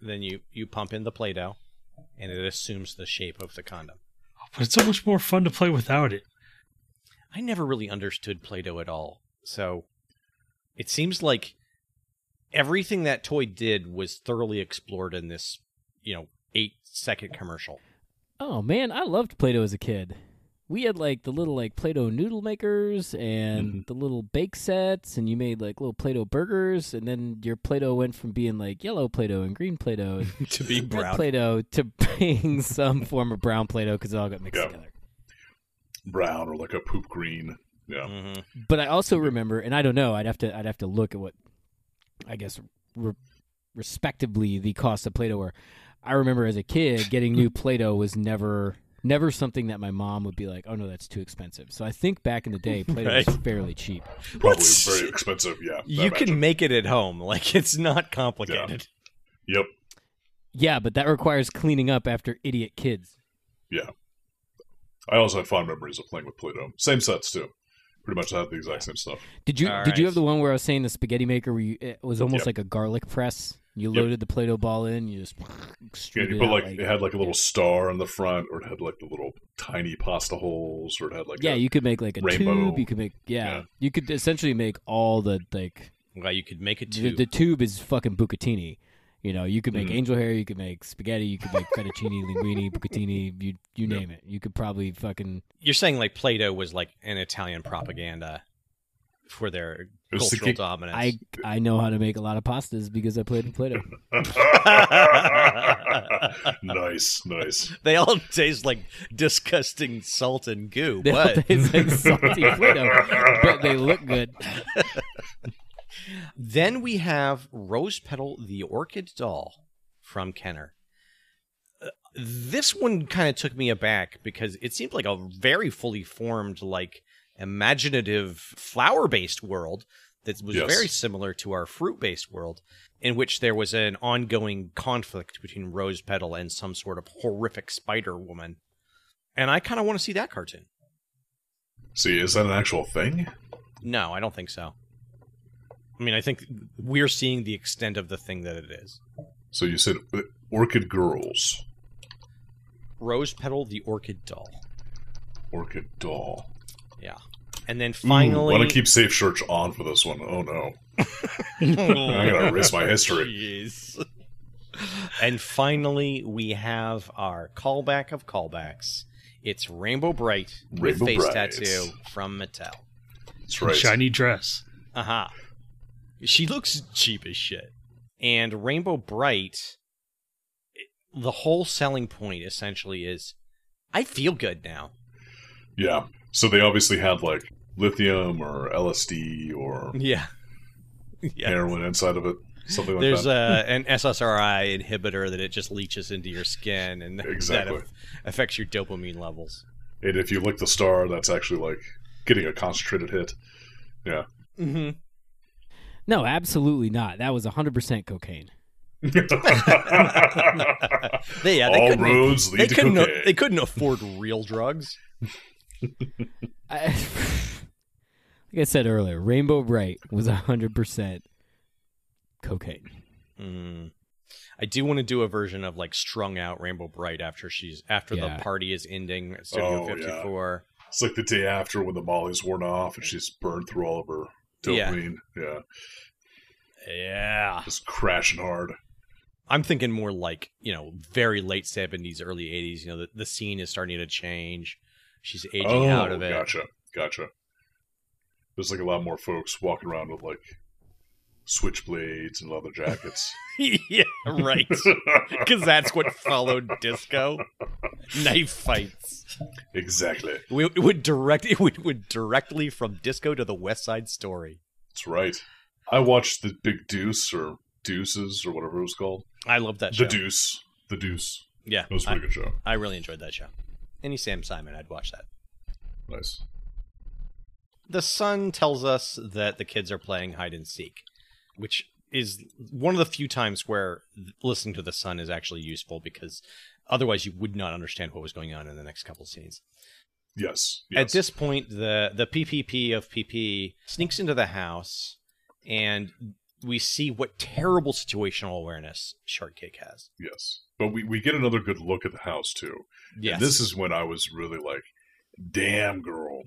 S3: then you you pump in the Play-Doh, and it assumes the shape of the condom.
S2: But it's so much more fun to play without it.
S3: I never really understood Play-Doh at all, so it seems like everything that toy did was thoroughly explored in this, you know, eight-second commercial.
S4: Oh man, I loved Play-Doh as a kid. We had like the little like Play-Doh noodle makers and the little bake sets, and you made like little Play-Doh burgers, and then your Play-Doh went from being like yellow Play-Doh and green Play-Doh and
S3: to be
S4: red
S3: brown,
S4: Play-Doh to being some form of brown Play-Doh because it all got mixed
S1: Yeah.
S4: together.
S1: Brown or like a poop green. Yeah.
S3: Mhm.
S4: But I also remember, and I don't know, I'd have to I'd have to look at what I guess re- respectively the cost of Play-Doh were. I remember as a kid getting new Play-Doh was never never something that my mom would be like, "Oh no, that's too expensive." So I think back in the day, Play-Doh was
S3: Right.
S4: fairly cheap.
S1: Probably
S3: What's-
S1: very expensive. Yeah. I
S3: You
S1: imagine.
S3: can make it at home. Like it's not complicated.
S1: Yep.
S4: Yeah, but that requires cleaning up after idiot kids.
S1: I also have fond memories of playing with Play-Doh. Same sets too. Pretty much had the exact same stuff.
S4: Did you
S3: All
S4: did you
S3: right.
S4: have the one where I was saying the spaghetti maker where you, it was almost
S1: Yep.
S4: like a garlic press? You
S1: Yep.
S4: loaded the Play-Doh ball in, you just
S1: Yeah,
S4: extruded
S1: you
S4: it
S1: put
S4: out
S1: like it had like a little star on the front, or it had like the little tiny pasta holes, or it had like
S4: yeah,
S1: a,
S4: you could make like a tube.
S1: rainbow.
S4: You could make yeah,
S1: Yeah.
S4: You could essentially make all the like
S3: Well, you could make it
S4: the,
S3: to
S4: the tube is fucking bucatini. You know, you could make
S1: Mhm.
S4: angel hair. You could make spaghetti. You could make fettuccine, linguine, bucatini. You you
S1: Yep.
S4: name it. You could probably fucking
S3: You're saying like Plato was like an Italian propaganda for their
S1: It was the
S3: cultural
S1: gig-
S3: dominance.
S4: I I know how to make a lot of pastas because I played with Play-Doh.
S1: nice, nice.
S3: they all taste like disgusting salt and goo.
S4: They all
S3: But
S4: taste like salty Play-Doh, but they look good.
S3: then we have Rose Petal, the Orchid Doll from Kenner. Uh, This one kind of took me aback because it seemed like a very fully formed, like imaginative flower-based world that was
S1: Yes.
S3: very similar to our fruit based world, in which there was an ongoing conflict between Rose Petal and some sort of horrific spider woman. And I kind of want to see that cartoon.
S1: See, is that an actual thing?
S3: No, I don't think so. I mean, I think we're seeing the extent of the thing that it is.
S1: So you said uh, Orchid Girls,
S3: Rose Petal, the Orchid Doll.
S1: Orchid Doll.
S3: Yeah. And then
S1: Ooh,
S3: finally.
S1: want to keep Safe Church on for this one. Oh no, I'm gonna erase my history.
S3: Jeez. and finally, we have our callback of callbacks. It's Rainbow Bright with
S1: Rainbow
S3: face
S1: Bright.
S3: tattoo from Mattel.
S1: That's right.
S2: Shiny dress.
S3: Aha. She looks cheap as shit. And Rainbow Bright, it- the whole selling point essentially is, I feel good now.
S1: Yeah. So they obviously had like lithium or LSD or
S3: Yeah. Yeah.
S1: heroin inside of it, something like
S3: There's
S1: that.
S3: a, an SSRI inhibitor that it just leaches into your skin and
S1: Exactly.
S3: that aff- affects your dopamine levels.
S1: and if you lick the star, that's actually like getting a concentrated hit. Yeah.
S3: Mm-hmm.
S4: No, absolutely not. That was 100% cocaine.
S3: They, yeah, they
S1: All
S3: couldn't,
S1: roads
S3: they
S1: lead to
S3: couldn't,
S1: cocaine.
S3: they couldn't afford real drugs.
S4: I, like I said earlier, Rainbow Bright was 100% cocaine.
S3: Mm. I do want to do a version of like strung out Rainbow Bright after she's after
S4: Yeah.
S3: the party is ending at Studio
S1: Oh, yeah.
S3: 54.
S1: It's like the day after when the Molly's worn off and she's burned through all of her
S3: Yeah.
S1: dopamine. Yeah.
S3: Yeah.
S1: Just crashing hard.
S3: I'm thinking more like, you know, very late 70s, early 80s, you know, the, the scene is starting to change. She's aging
S1: oh,
S3: out of it.
S1: gotcha. Gotcha. There's like a lot more folks walking around with like switchblades and leather jackets.
S3: yeah, right. Because that's what followed disco knife fights.
S1: exactly.
S3: We, it would direct it would, would directly from disco to the West Side Story.
S1: That's right. I watched the Big Deuce or Deuces or whatever it was called.
S3: I love that show.
S1: The Deuce. The Deuce.
S3: Yeah,
S1: It was a
S3: I,
S1: pretty good show.
S3: I really enjoyed that show. Any Sam Simon, I'd watch that.
S1: Nice.
S3: The sun tells us that the kids are playing hide and seek, which is one of the few times where th- listening to the sun is actually useful because otherwise you would not understand what was going on in the next couple scenes.
S1: Yes. yes.
S3: At this point, the the PPP of PP sneaks into the house, and we see what terrible situational awareness Shortcake has.
S1: Yes. But we, we get another good look at the house too.
S3: Yes,
S1: And this is when I was really like, damn girl.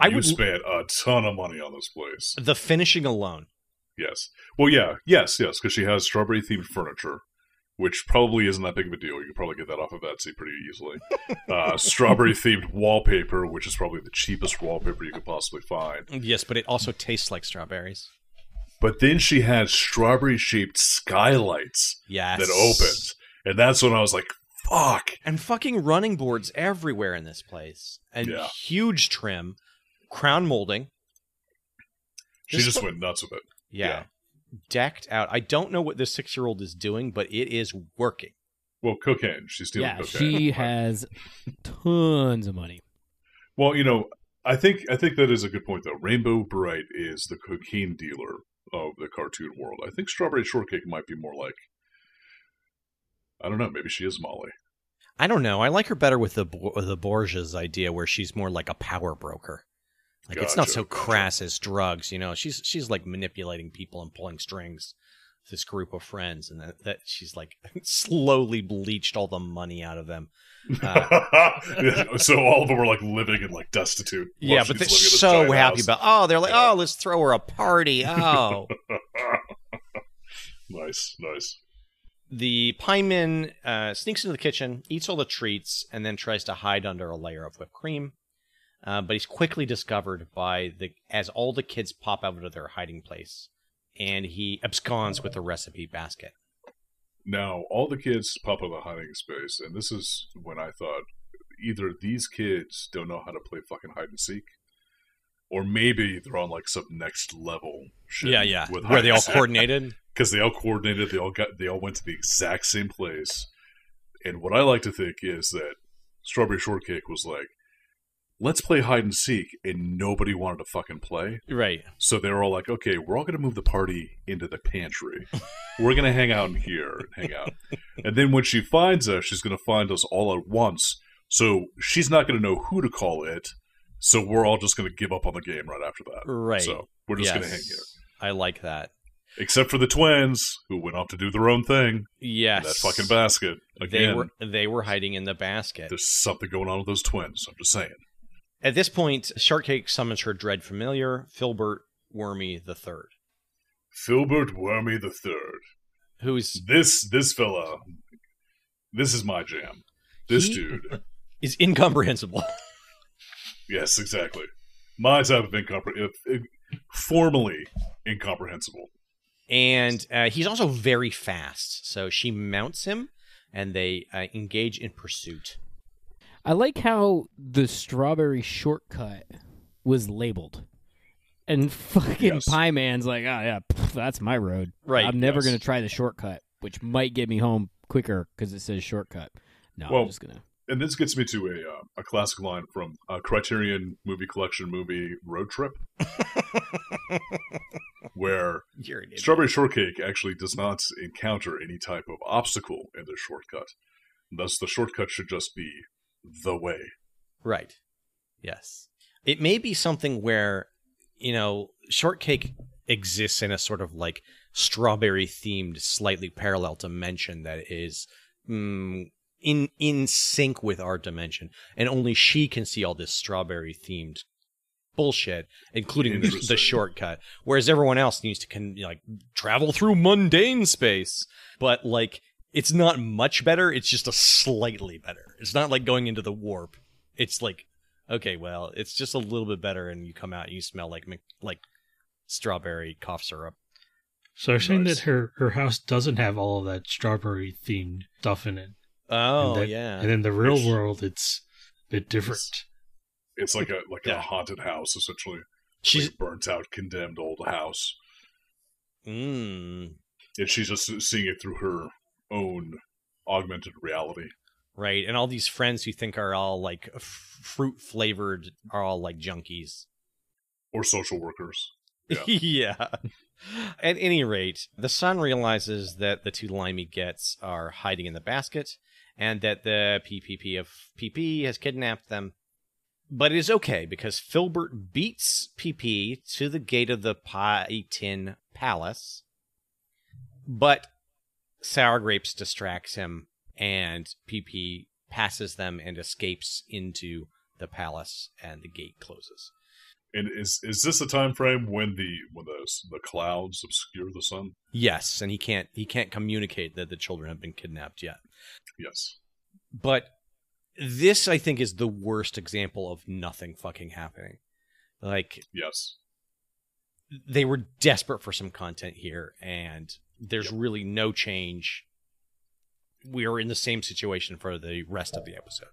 S3: I
S1: you
S3: would-
S1: spent a ton of money on this place.
S3: the finishing alone.
S1: Yes. Well, yeah. Yes, yes. Because she has strawberry themed furniture, which probably isn't that big of a deal. You can probably get that off of Etsy pretty easily. uh, strawberry themed wallpaper, which is probably the cheapest wallpaper you could possibly find.
S3: Yes, but it also tastes like strawberries.
S1: But then she had strawberry shaped skylights
S3: Yes,
S1: that opened. And that's when I was like, fuck.
S3: and fucking running boards everywhere in this place, and
S1: Yeah.
S3: huge trim, crown molding.
S1: She
S3: This
S1: just
S3: one-
S1: went nuts with it.
S3: Yeah.
S1: Yeah.
S3: Decked out. I don't know what this six year old is doing, but it is working.
S1: Well, cocaine. She's dealing
S4: yeah,
S1: cocaine.
S4: she has tons of money.
S1: Well, you know, I think I think that is a good point though. Rainbow Bright is the cocaine dealer of the cartoon world. I think Strawberry Shortcake might be more like I don't know, maybe she is Molly.
S3: I don't know. I like her better with the Bo- the Borgias idea, where she's more like a power broker. Like it's not
S1: Gotcha,
S3: so
S1: gotcha.
S3: crass as drugs, you know. She's she's like manipulating people and pulling strings. with This group of friends, and that, that she's like slowly bleached all the money out of them. Uh,
S1: so all of them were like living in like destitute. while
S3: yeah,
S1: she's
S3: but they're
S1: living in this
S3: so
S1: giant
S3: happy
S1: house.
S3: about. Oh, they're like,
S1: Yeah.
S3: oh, let's throw her a party. Oh,
S1: nice, nice.
S3: the pieman uh, sneaks into the kitchen, eats all the treats, and then tries to hide under a layer of whipped cream. Uh, but he's quickly discovered by the as all the kids pop out of their hiding place, and he absconds with the recipe basket.
S1: Now all the kids pop out of the hiding space, and this is when I thought either these kids don't know how to play fucking hide and seek, or maybe they're on like some next level shit.
S3: where they all coordinated.
S1: because they all coordinated, they all got, they all went to the exact same place. And what I like to think is that Strawberry Shortcake was like, let's play hide and seek, and nobody wanted to fucking play.
S3: Right.
S1: So they were all like, okay, we're all going to move the party into the pantry. We're going to hang out in here and hang out. And then when she finds us, she's going to find us all at once. So she's not going to know who to call it. So we're all just going to give up on the game right after that.
S3: Right.
S1: So we're just going to hang
S3: Yes.
S1: here.
S3: I like that.
S1: Except for the twins who went off to do their own thing. in
S3: Yes.
S1: That fucking basket. Again,
S3: They were they were hiding in the basket.
S1: there's something going on with those twins. I'm just saying.
S3: At this point, Sharkcake summons her dread familiar, Filbert Wormy the Third,
S1: Filbert Wormy the Third.
S3: who's
S1: This this fella, this is my jam. This
S3: He-
S1: dude,
S3: is incomprehensible.
S1: yes, exactly. My type of incomprehensible, formally incomprehensible.
S3: and uh, he's also very fast. So she mounts him, and they uh, engage in pursuit.
S4: I like how the strawberry shortcut was labeled. And fucking
S1: Yes.
S4: Pie Man's like, oh, yeah, pff, that's my road.
S3: Right,
S4: I'm never
S1: yes.
S4: going to try the shortcut, which might get me home quicker because it says shortcut. No,
S1: Well-
S4: I'm just going to.
S1: And this gets me to a uh, a classic line from a Criterion movie collection movie Road Trip, where
S3: You're an idiot.
S1: Strawberry Shortcake actually does not encounter any type of obstacle in the shortcut. Thus, the shortcut should just be the way.
S3: Right. Yes. It may be something where, you know, shortcake exists in a sort of like strawberry themed, slightly parallel dimension that is mm, in in sync with our dimension, and only she can see all this strawberry themed bullshit, including the, the
S1: Interesting.
S3: shortcut. Whereas everyone else needs to can like travel through mundane space, but like. It's not much better. It's just a slightly better. It's not like going into the warp it's like okay well it's just a little bit better and you come out and you smell like mc- like strawberry cough syrup
S2: So you're saying
S1: Nice.
S2: that her, her house doesn't have all of that strawberry themed stuff in it.
S3: oh
S2: and that-
S3: yeah
S1: Uh,
S2: And in the real
S1: Yes.
S2: world, it's a bit different.
S1: It's like a like
S3: Yeah.
S1: a haunted house, essentially.
S3: she's
S1: like burnt out, condemned old house,
S3: mm,
S1: and she's just seeing it through her own augmented reality.
S3: right and all these friends who think are all like f- fruit flavored are all like junkies
S1: Or social workers. Yeah.
S3: yeah. At any rate, the son realizes that the two limey gets are hiding in the basket and that the PPP of PP has kidnapped them. But it is okay because Filbert beats PP to the gate of the Pie Tin Palace. But Sour Grapes distracts him and PP passes them and escapes into the palace and the gate closes.
S1: And is is this the time frame when the when the the clouds obscure the sun?
S3: Yes, and he can't he can't communicate that the children have been kidnapped yet.
S1: Yes.
S3: But this I think is the worst example of nothing fucking happening. Like
S1: Yes.
S3: they were desperate for some content here and there's really no change. We are in the same situation for the rest of the episode.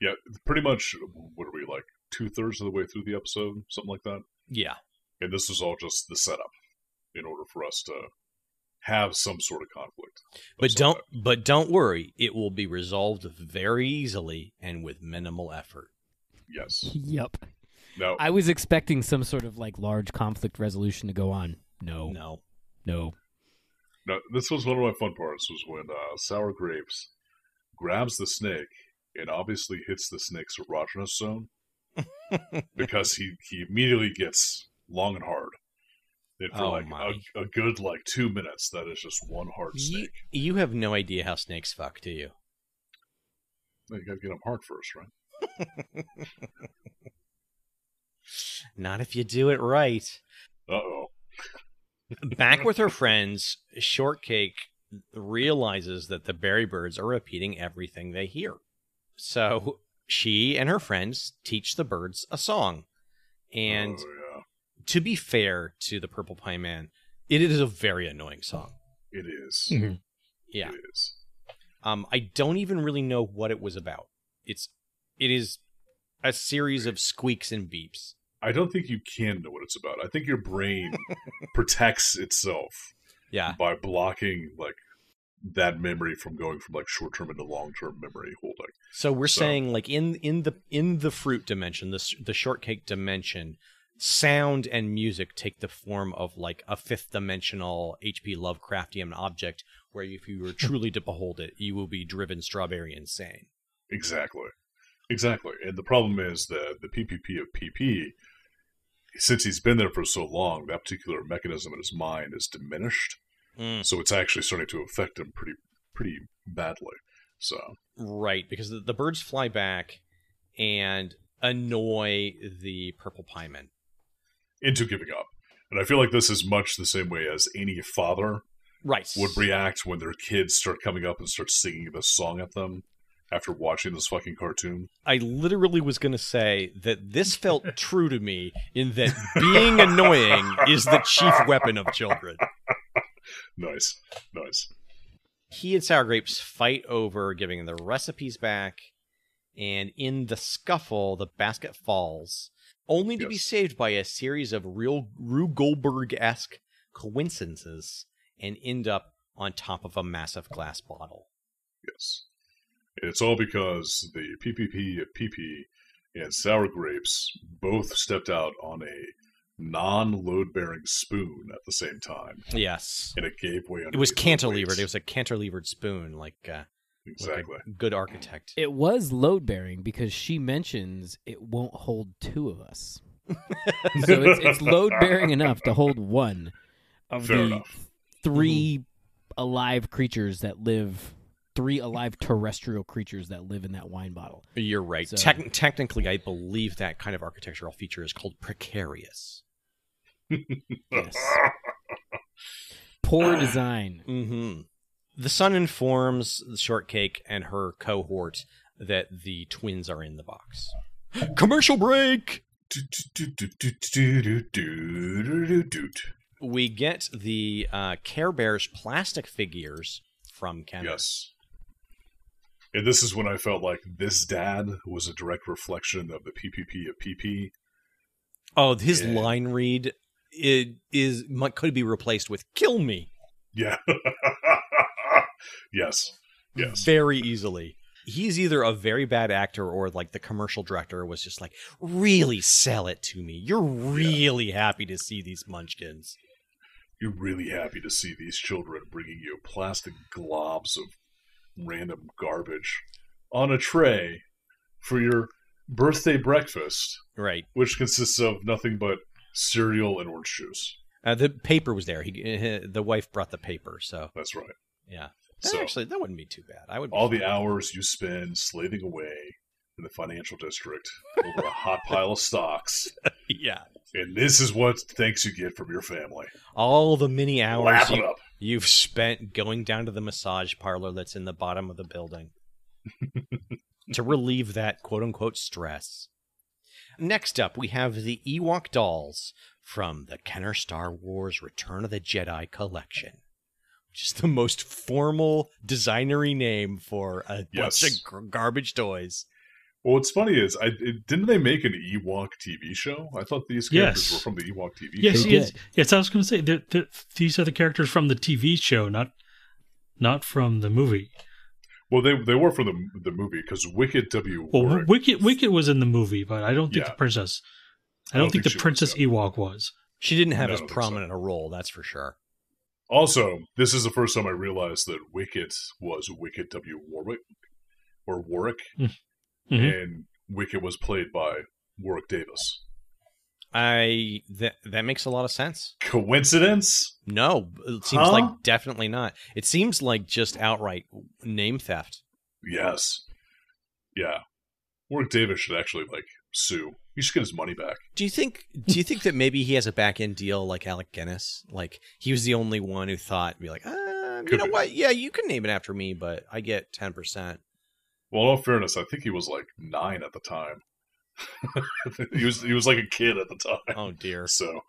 S1: Yeah. Pretty much. What are we like? Two thirds of the way through the episode, something like that.
S3: Yeah.
S1: And this is all just the setup in order for us to have some sort of conflict. uh, of
S3: But
S1: some
S3: don't
S1: type.
S3: but don't worry, it will be resolved very easily and with minimal effort.
S1: Yes.
S4: Yep.
S1: Now,
S4: I was expecting some sort of like large conflict resolution to go on. No, no.
S3: No.
S1: Now, this was one of my fun parts was when uh, Sour Grapes grabs the snake and obviously hits the snake's erogenous zone because he, he immediately gets long and hard. And for
S3: Oh,
S1: like
S3: my.
S1: a, a good like two minutes, that is just one hard
S3: You,
S1: snake.
S3: you have no idea how snakes fuck, do you?
S1: No, You gotta get him hard first, right?
S3: Not if you do it right.
S1: Uh oh.
S3: Back with her friends, Shortcake realizes that the berry birds are repeating everything they hear. So she and her friends teach the birds a song. And
S1: oh,
S3: to be fair to the Purple Pie Man, it is a very annoying song.
S1: yeah, it is.
S2: Mhm.
S3: Yeah.
S1: It is.
S3: Um, I don't even really know what it was about. It's it is a series of squeaks and beeps.
S1: I don't think you can know what it's about. I think your brain protects itself
S3: Yeah.
S1: by blocking like that memory from going from like short term into long term memory holding.
S3: So we're
S1: So-
S3: saying like in in the in the fruit dimension, the s- the shortcake dimension, sound and music take the form of like a fifth dimensional H.P. Lovecraftian object where if you were truly to behold it, you will be driven strawberry insane.
S1: Exactly. Exactly. And the problem is that the PPP of PP, since he's been there for so long, that particular mechanism in his mind is diminished.
S3: Hmm.
S1: So it's actually starting to affect him pretty pretty badly. So
S3: Right, because the, the birds fly back and annoy the purple pieman.
S1: into giving up. And I feel like this is much the same way as any father
S3: Right.
S1: would react when their kids start coming up and start singing this song at them after watching this fucking cartoon.
S3: I literally was going to say that this felt true to me in that being annoying is the chief weapon of children.
S1: Nice. Nice.
S3: He and Sour Grapes fight over giving the recipes back, and in the scuffle, the basket falls, only to be
S1: Yes.
S3: saved by a series of real Rube Goldberg esque coincidences and end up on top of a massive glass bottle.
S1: Yes. And it's all because the PPP of PP and Sour Grapes both stepped out on a non load bearing spoon at the same time,
S3: Yes.
S1: and it gave way under
S3: It was
S1: the weight.
S3: cantilevered. It was a cantilevered spoon, like, uh, like
S1: Exactly.
S3: a good architect.
S4: It was load bearing because she mentions it won't hold two of us. so it's, it's load bearing enough to hold one of
S1: Fair
S4: the
S1: enough.
S4: 3
S3: Mm-hmm.
S4: alive creatures that live, three alive terrestrial creatures that live in that wine bottle.
S3: You're right.
S4: So-
S3: Tec- technically, I believe that kind of architectural feature is called precarious.
S4: Yes. Poor design.
S3: Mm-hmm. The sun informs the shortcake and her cohort that the twins are in the box. Commercial break.
S1: Do-do-do-do-do-do-do-do-do-do.
S3: We get the uh, Care Bears plastic figures from Canada.
S1: Yes. And this is when I felt like this dad was a direct reflection of the PPP of PP.
S3: Oh, his
S1: Yeah.
S3: line read it is might, could be replaced with "kill me"
S1: Yeah. yes. Yes.
S3: very easily. He's either a very bad actor or like the commercial director was just like, really sell it to me. You're really happy to see these munchkins.
S1: You're really happy to see these children bringing you plastic globs of random garbage on a tray for your birthday breakfast,
S3: Right.
S1: which consists of nothing but cereal and orange juice.
S3: Uh, the paper was there. He, uh, the wife brought the paper. So
S1: That's right.
S3: yeah. That
S1: So
S3: actually, that wouldn't be too bad. I would. Be
S1: all the
S3: fine.
S1: hours you spend slaving away in the financial district over a hot pile of stocks,
S3: yeah.
S1: and this is what thanks you get from your family.
S3: All the many hours
S1: Lap it
S3: you,
S1: up.
S3: you've spent going down to the massage parlor that's in the bottom of the building to relieve that quote unquote stress. Next up, we have the Ewok dolls from the Kenner Star Wars Return of the Jedi collection, which is the most formal designery name for a
S1: Yes.
S3: bunch of gar- garbage toys.
S1: Well, what's funny is, I it- didn't they make an Ewok TV show? I thought these characters
S2: Yes.
S1: were from the Ewok TV
S2: Yes,
S1: show.
S4: They
S2: yes,
S4: did.
S2: yes. I was going to say that, that these are the characters from the TV show, not not from the movie.
S1: Well, they they were from the the movie because Wicked W.
S2: Well,
S1: Warwick-
S2: Wicket Wicket was in the movie, but I don't think
S1: Yeah.
S2: the princess. I don't, think,
S1: she
S2: the
S1: was,
S2: princess
S1: yeah.
S2: Ewok was.
S3: She didn't have
S1: No,
S3: as
S1: I don't think so.
S3: prominent a role, that's for sure.
S1: Also, this is the first time I realized that Wicket was Wicked W. Warwick or Warwick,
S2: Mhm.
S1: and Wicket was played by Warwick Davis.
S3: I that that makes a lot of sense.
S1: Coincidence?
S3: No, it seems
S1: Huh?
S3: like definitely not. It seems like just outright name theft.
S1: Yes. Yeah. Warwick Davis should actually like sue. He should get his money back.
S3: Do you think? Do you think that maybe he has a back end deal like Alec Guinness? Like he was the only one who thought, be like, uh, you
S1: Could
S3: know
S1: be.
S3: what? Yeah, you can name it after me, but I get ten percent.
S1: Well, in all fairness, I think he was like nine at the time. he was he was like a kid at the time.
S3: Oh dear.
S1: So,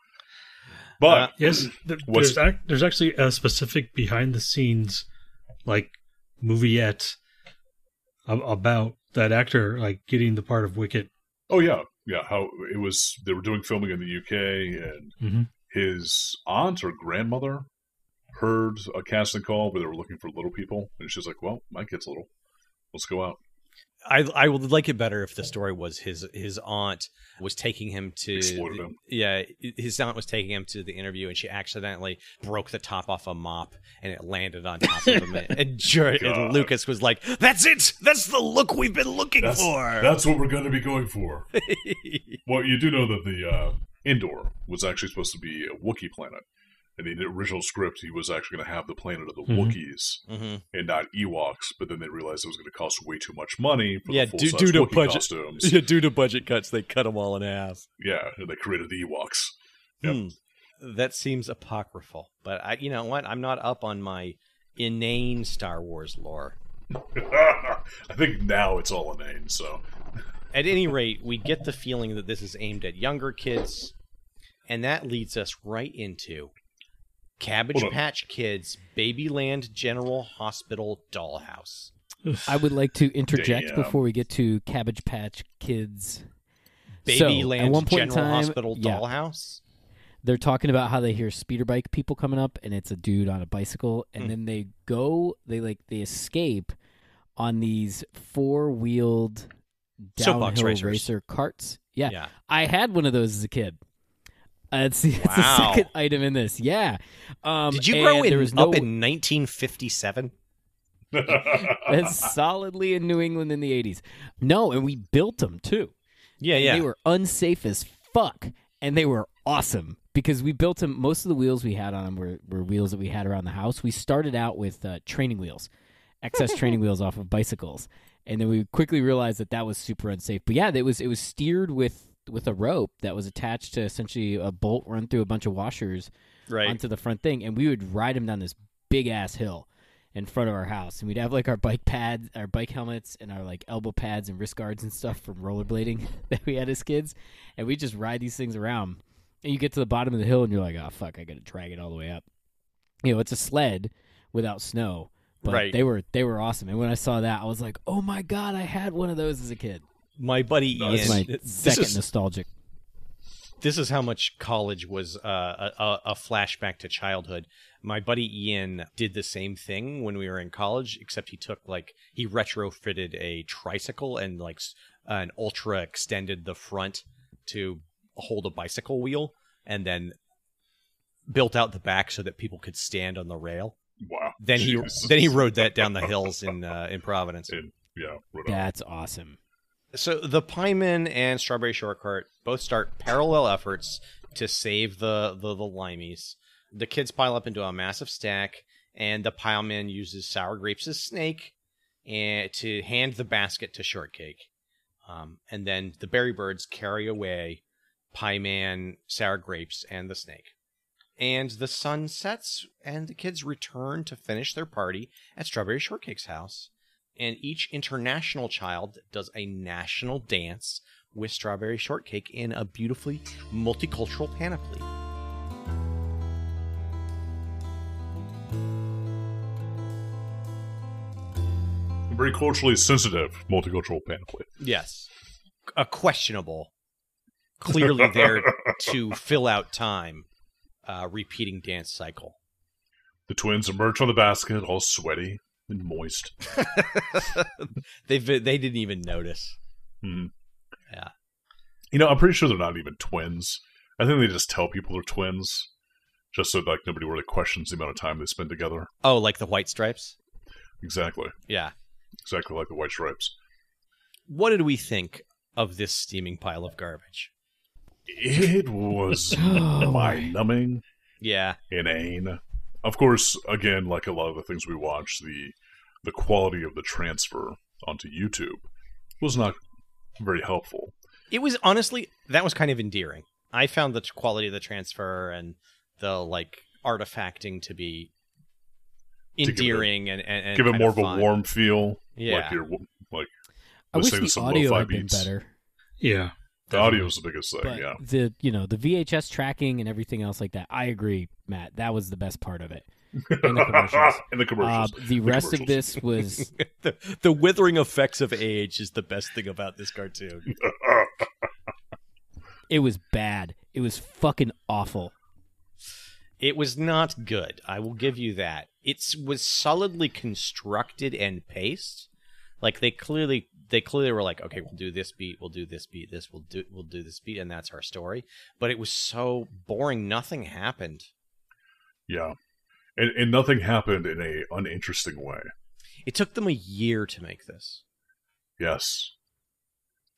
S1: but
S3: Uh,
S2: Yes, there,
S1: What's-
S2: there's ac- there's actually a specific behind the scenes, like movieette, a- about that actor like getting the part of Wicket.
S1: oh yeah, yeah. How it was?
S3: Mm-hmm.
S1: They were doing filming in the UK, and
S2: Mhm.
S1: his aunt or grandmother, heard a casting call where they were looking for little people, and she's like, "Well, my kid's little. Let's go out."
S3: I I would like it better if the story was his his aunt was taking him to
S1: Exploited him.
S3: yeah his aunt was taking him to the interview and she accidentally broke the top off a mop and it landed on top of him and, and, Jer- and
S1: God.
S3: Lucas was like that's it that's the look we've been looking
S1: That's
S3: for
S1: that's what we're going to be going for. well, you do know that the uh, Endor was actually supposed to be a Wookiee planet. And in the original script, he was actually going to have the planet of the
S3: Mm-hmm.
S2: Mhm.
S1: Wookiees
S3: hmm
S1: and not Ewoks, but then they realized it was going to cost way too much money for
S3: Yeah,
S1: the
S3: due-
S1: full-size
S3: due to
S1: Wookiee
S3: budget.
S1: costumes.
S3: yeah due to budget cuts they cut him all in half
S1: yeah, and they created the Ewoks. Yep.
S3: Hmm. That seems apocryphal, but I, you know what? I'm not up on my inane Star Wars lore.
S1: I think now it's all a name, so
S3: At any rate, we get the feeling that this is aimed at younger kids, and that leads us right into Cabbage
S1: Hold on.
S3: Patch Kids Babyland General Hospital Dollhouse.
S4: I would like to interject
S1: Damn.
S4: before we get to Cabbage Patch Kids. So, at
S3: Babyland
S4: one point in
S3: General
S4: time-
S3: Hospital
S4: yeah.
S3: Dollhouse.
S4: They're talking about how they hear speeder bike people coming up, and it's a dude on a bicycle, and
S3: Hmm.
S4: then they go, they like they escape on these four wheeled
S3: Soapbox
S4: downhill
S3: racers.
S4: racer carts. Yeah.
S3: Yeah.
S4: I had one of those as a kid. Uh, it's the, it's the
S3: Wow.
S4: second item in this. Yeah. Um,
S3: Did you grow
S4: and
S3: in,
S4: there was
S3: up
S4: no,
S3: in 1957?
S4: That's solidly in New England in the 80s. No, and we built them too.
S3: Yeah,
S4: And
S3: yeah.
S4: They were unsafe as fuck, and they were awesome because we built them. Most of the wheels we had on them were, were wheels that we had around the house. We started out with uh, training wheels, excess training wheels off of bicycles, and then we quickly realized that that was super unsafe. But yeah, it was it was steered with with a rope that was attached to essentially a bolt run through a bunch of washers
S3: right.
S4: onto the front thing, and we would ride him down this big ass hill in front of our house, and we'd have like our bike pads, our bike helmets, and our like elbow pads and wrist guards and stuff from rollerblading that we had as kids, and we just ride these things around. And you get to the bottom of the hill, and you're like, oh fuck, I gotta drag it all the way up. You know, it's a sled without snow, but
S3: Right.
S4: they were they were awesome. And when I saw that, I was like, oh my god, I had one of those as a kid.
S3: My buddy Ian.
S4: That's my
S3: this
S4: second
S3: is-
S4: nostalgic.
S3: this is how much college was uh, a, a- a flashback to childhood. My buddy Ian did the same thing when we were in college, except he took like he retrofitted a tricycle and like s- an ultra extended the front to hold a bicycle wheel, and then built out the back so that people could stand on the rail.
S1: wow.
S3: Then he
S1: Jeez.
S3: then he rode that down the hills in uh, in Providence.
S1: And, yeah, right on.
S4: That's awesome.
S3: So the Pyman and Strawberry Shortcart both start parallel efforts to save the, the the Limeys. The kids pile up into a massive stack, and the Pyman uses sour grapes as snake and to hand the basket to Shortcake. Um, and then the Berry Birds carry away Pyman, sour grapes, and the snake. And the sun sets, and the kids return to finish their party at Strawberry Shortcake's house and each international child does a national dance with strawberry shortcake in a beautifully multicultural panoply.
S1: Very culturally sensitive multicultural panoply.
S3: Yes. A questionable, clearly there to fill out time, uh, repeating dance cycle.
S1: The twins emerge on the basket, all sweaty and moist.
S3: they they didn't even notice.
S1: Hmm.
S3: Yeah.
S1: You know, I'm pretty sure they're not even twins. I think they just tell people they're twins, just so like nobody really questions the amount of time they spend together.
S3: Oh, like the white stripes?
S1: Exactly,
S3: Yeah.
S1: exactly like the White Stripes.
S3: What did we think of this steaming pile of garbage?
S1: It was
S4: Oh,
S1: mind numbing.
S3: Yeah.
S1: inane. Of course, again, like a lot of the things we watch, the the quality of the transfer onto YouTube was not very helpful.
S3: It was honestly that was kind of endearing. I found the t- quality of the transfer and the like artifacting to be
S1: give it a-
S3: endearing and, and, and
S1: Give it
S3: kind
S1: more of a
S3: fun.
S1: warm feel,
S3: Yeah.
S1: like you're like
S4: I
S1: Let's
S4: wish
S1: say there's
S4: the
S1: some
S4: audio
S1: lo-fi
S4: had been
S1: beats.
S4: better.
S2: Yeah.
S1: the audio is the biggest thing.
S4: but
S1: yeah,
S4: the you know the VHS tracking and everything else like that. I agree, Matt. That was the best part of it. And the commercials.
S1: In the
S4: Uh,
S1: commercials.
S4: the rest of
S1: commercials.
S4: this was
S3: the, the withering effects of age is the best thing about this cartoon.
S4: it was bad. It was fucking awful.
S3: It was not good. I will give you that. It was solidly constructed and paced. Like they clearly, they clearly were like, okay, we'll do this beat, we'll do this beat, this we'll do, we'll do this beat, and that's our story. But it was so boring. Nothing happened.
S1: Yeah. And, and nothing happened in a uninteresting way.
S3: It took them a year to make this.
S1: Yes.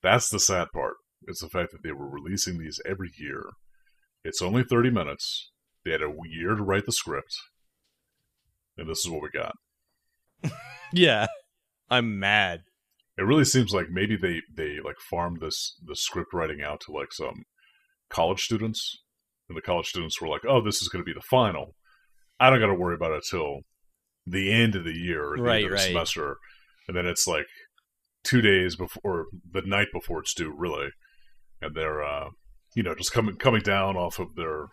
S1: That's the sad part. It's the fact that they were releasing these every year. It's only 30 minutes. They had a year to write the script. And this is what we got.
S3: Yeah, I'm mad.
S1: It really seems like maybe they, they like farmed this the script writing out to like some college students. And the college students were like, oh, this is going to be the final. I don't got to worry about it till the end of the year or the
S3: Right,
S1: end of the
S3: right.
S1: semester. And then it's like two days before, the night before it's due, really. And they're, uh, you know, just coming coming down off of their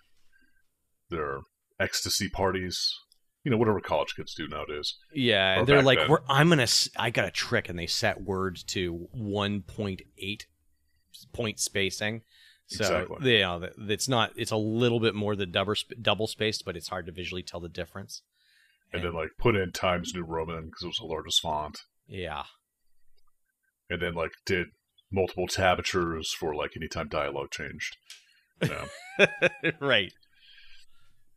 S1: their ecstasy parties, you know, whatever college kids do nowadays.
S3: Yeah,
S1: Or
S3: and they're
S1: back
S3: like,
S1: then.
S3: We're, I'm gonna, s- I got a trick, and they set word to 1.8 point spacing. So
S1: Exactly.
S3: yeah, th- it's not, it's a little bit more the double sp- double spaced, but it's hard to visually tell the difference.
S1: And then like put in Times New Roman because it was the largest font,
S3: yeah,
S1: and then like did multiple tabatures for like anytime dialogue changed. You know,
S3: right,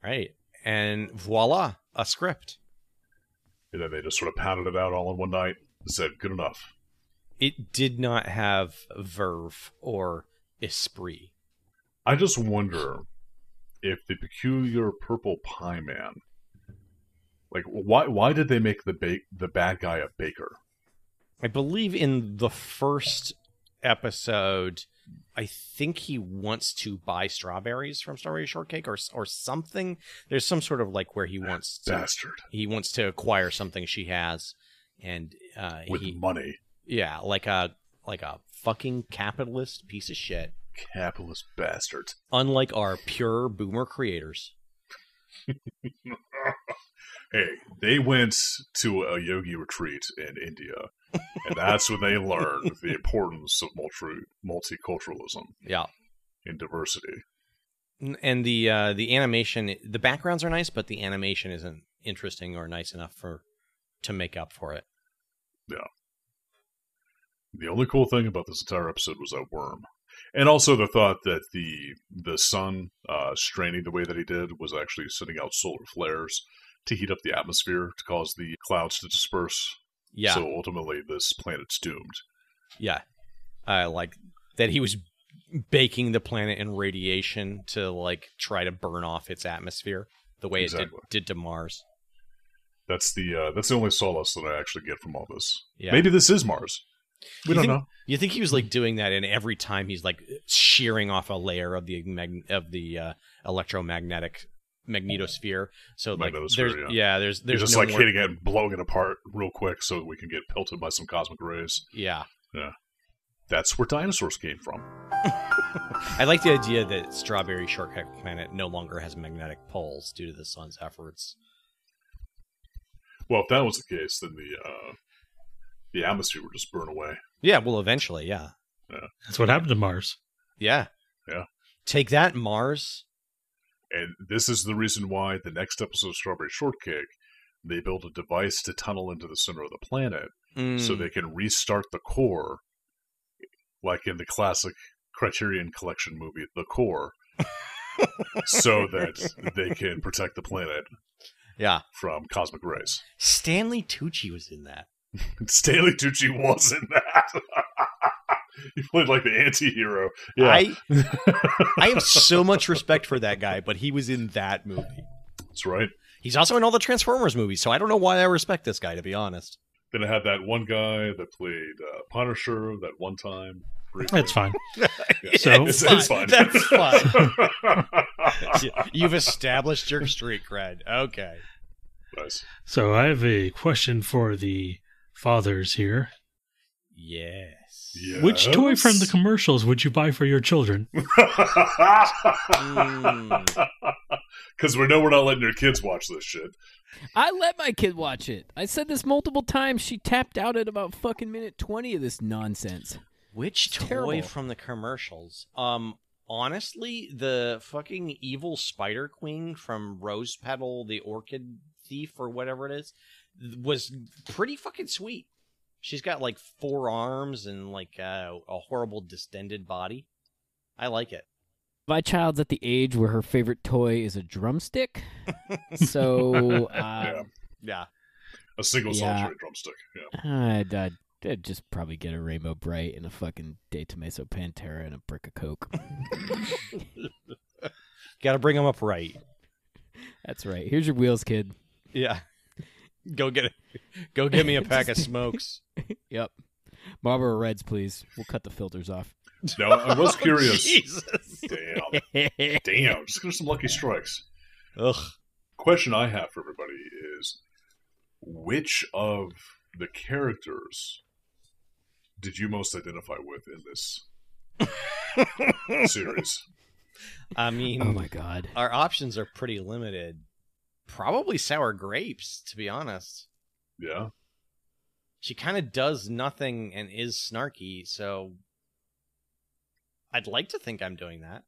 S3: right, and voila, a script.
S1: and then they just sort of pounded it out all in one night. and Said good enough.
S3: It did not have verve or esprit.
S1: I just wonder if the peculiar purple pie man, like why why did they make the ba- the bad guy a baker?
S3: I believe in the first episode, I think he wants to buy strawberries from Strawberry Shortcake or or something. There's some sort of like where he wants to,
S1: Bastard
S3: he wants to acquire something she has, and uh,
S1: with
S3: he
S1: money,
S3: yeah like a like a fucking capitalist piece of shit.
S1: capitalist bastard.
S3: Unlike our pure boomer creators,
S1: Hey, they went to a yogi retreat in India, and that's when they learned the importance of multi- multiculturalism
S3: yeah.
S1: and diversity.
S3: N- And the uh, the animation, the backgrounds are nice, but the animation isn't interesting or nice enough for to make up for it.
S1: The only cool thing about this entire episode was that worm, and also the thought that the the sun uh, straining the way that he did was actually sending out solar flares to heat up the atmosphere to cause the clouds to disperse.
S3: Yeah.
S1: So ultimately, this planet's doomed.
S3: Yeah. Uh, like that he was baking the planet in radiation to like try to burn off its atmosphere the way
S1: Exactly.
S3: it did, did to Mars.
S1: That's the uh, that's the only solace that I actually get from all this.
S3: Yeah.
S1: Maybe this is Mars. We
S3: You
S1: don't
S3: think-
S1: know.
S3: You think he was like doing that and every time he's like shearing off a layer of the mag- of the uh, electromagnetic magnetosphere. So like
S1: Magnetosphere,
S3: there's
S1: yeah.
S3: there's
S1: You're
S3: there's
S1: just
S3: no
S1: like
S3: more-
S1: hitting it and blowing it apart real quick so we can get pelted by some cosmic rays.
S3: Yeah.
S1: That's where dinosaurs came from.
S3: I like the idea that Strawberry Shortcake Planet no longer has magnetic poles due to the sun's efforts.
S1: Well, if that was the case, then the uh, the atmosphere would just burn away.
S3: Yeah, well eventually, yeah.
S2: That's what happened to Mars.
S3: Yeah.
S1: Yeah.
S3: Take that Mars.
S1: And this is the reason why the next episode of Strawberry Shortcake, they build a device to tunnel into the center of the planet so
S3: Mm.
S1: they can restart the core, like in the classic Criterion Collection movie, The Core, so that they can protect the planet
S3: yeah.
S1: from cosmic rays.
S3: Stanley Tucci was in that.
S1: Stanley Tucci was in that. he played like the anti-hero. Yeah.
S3: I I have so much respect for that guy, but he was in that movie.
S1: That's right.
S3: He's also in all the Transformers movies, so I don't know why I respect this guy to be honest.
S1: Then I had that one guy that played uh, Punisher that one time. briefly.
S2: That's fine. So-
S1: It's- it's fine.
S3: That's fine. You've established your street cred. Okay.
S1: nice.
S2: So I have a question for the fathers here.
S3: Yes.
S2: Which toy from the
S1: Yes.
S2: commercials would you buy for your children?
S1: Hmm.
S3: Mm.
S1: Because we know we're not letting your kids watch this shit.
S4: I let my kid watch it. I said this multiple times. She tapped out at about fucking minute 20 of this nonsense.
S3: Which toy
S4: terrible.
S3: from the commercials? Um honestly, the fucking evil spider queen from Rose Petal, the orchid thief, or whatever it is, th- was pretty fucking sweet. She's got like four arms and like uh, a horrible distended body. I like it.
S4: My child's at the age where her favorite toy is a drumstick. so uh,
S3: Yeah.
S1: A single
S4: Yeah.
S1: solitary drumstick. Yeah.
S4: I'd, I'd, I'd just probably get a Rainbow Bright and a fucking De Tomaso Pantera and a brick of Coke.
S3: Got to bring them up right.
S4: That's right. Here's your wheels, kid.
S3: Yeah. Go get it. Go get me a pack of smokes.
S4: Yep. Marlboro Reds, please. We'll cut the filters off.
S1: Now, I
S3: Oh,
S1: was curious.
S3: Jesus.
S1: Damn. Damn. Just give us some lucky strikes.
S3: Ugh.
S1: Question I have for everybody is which of the characters did you most identify with in this series?
S3: I mean,
S4: oh my god.
S3: our options are pretty limited. Probably sour grapes, to be honest.
S1: Yeah.
S3: She kind of does nothing and is snarky, so I'd like to think I'm doing that.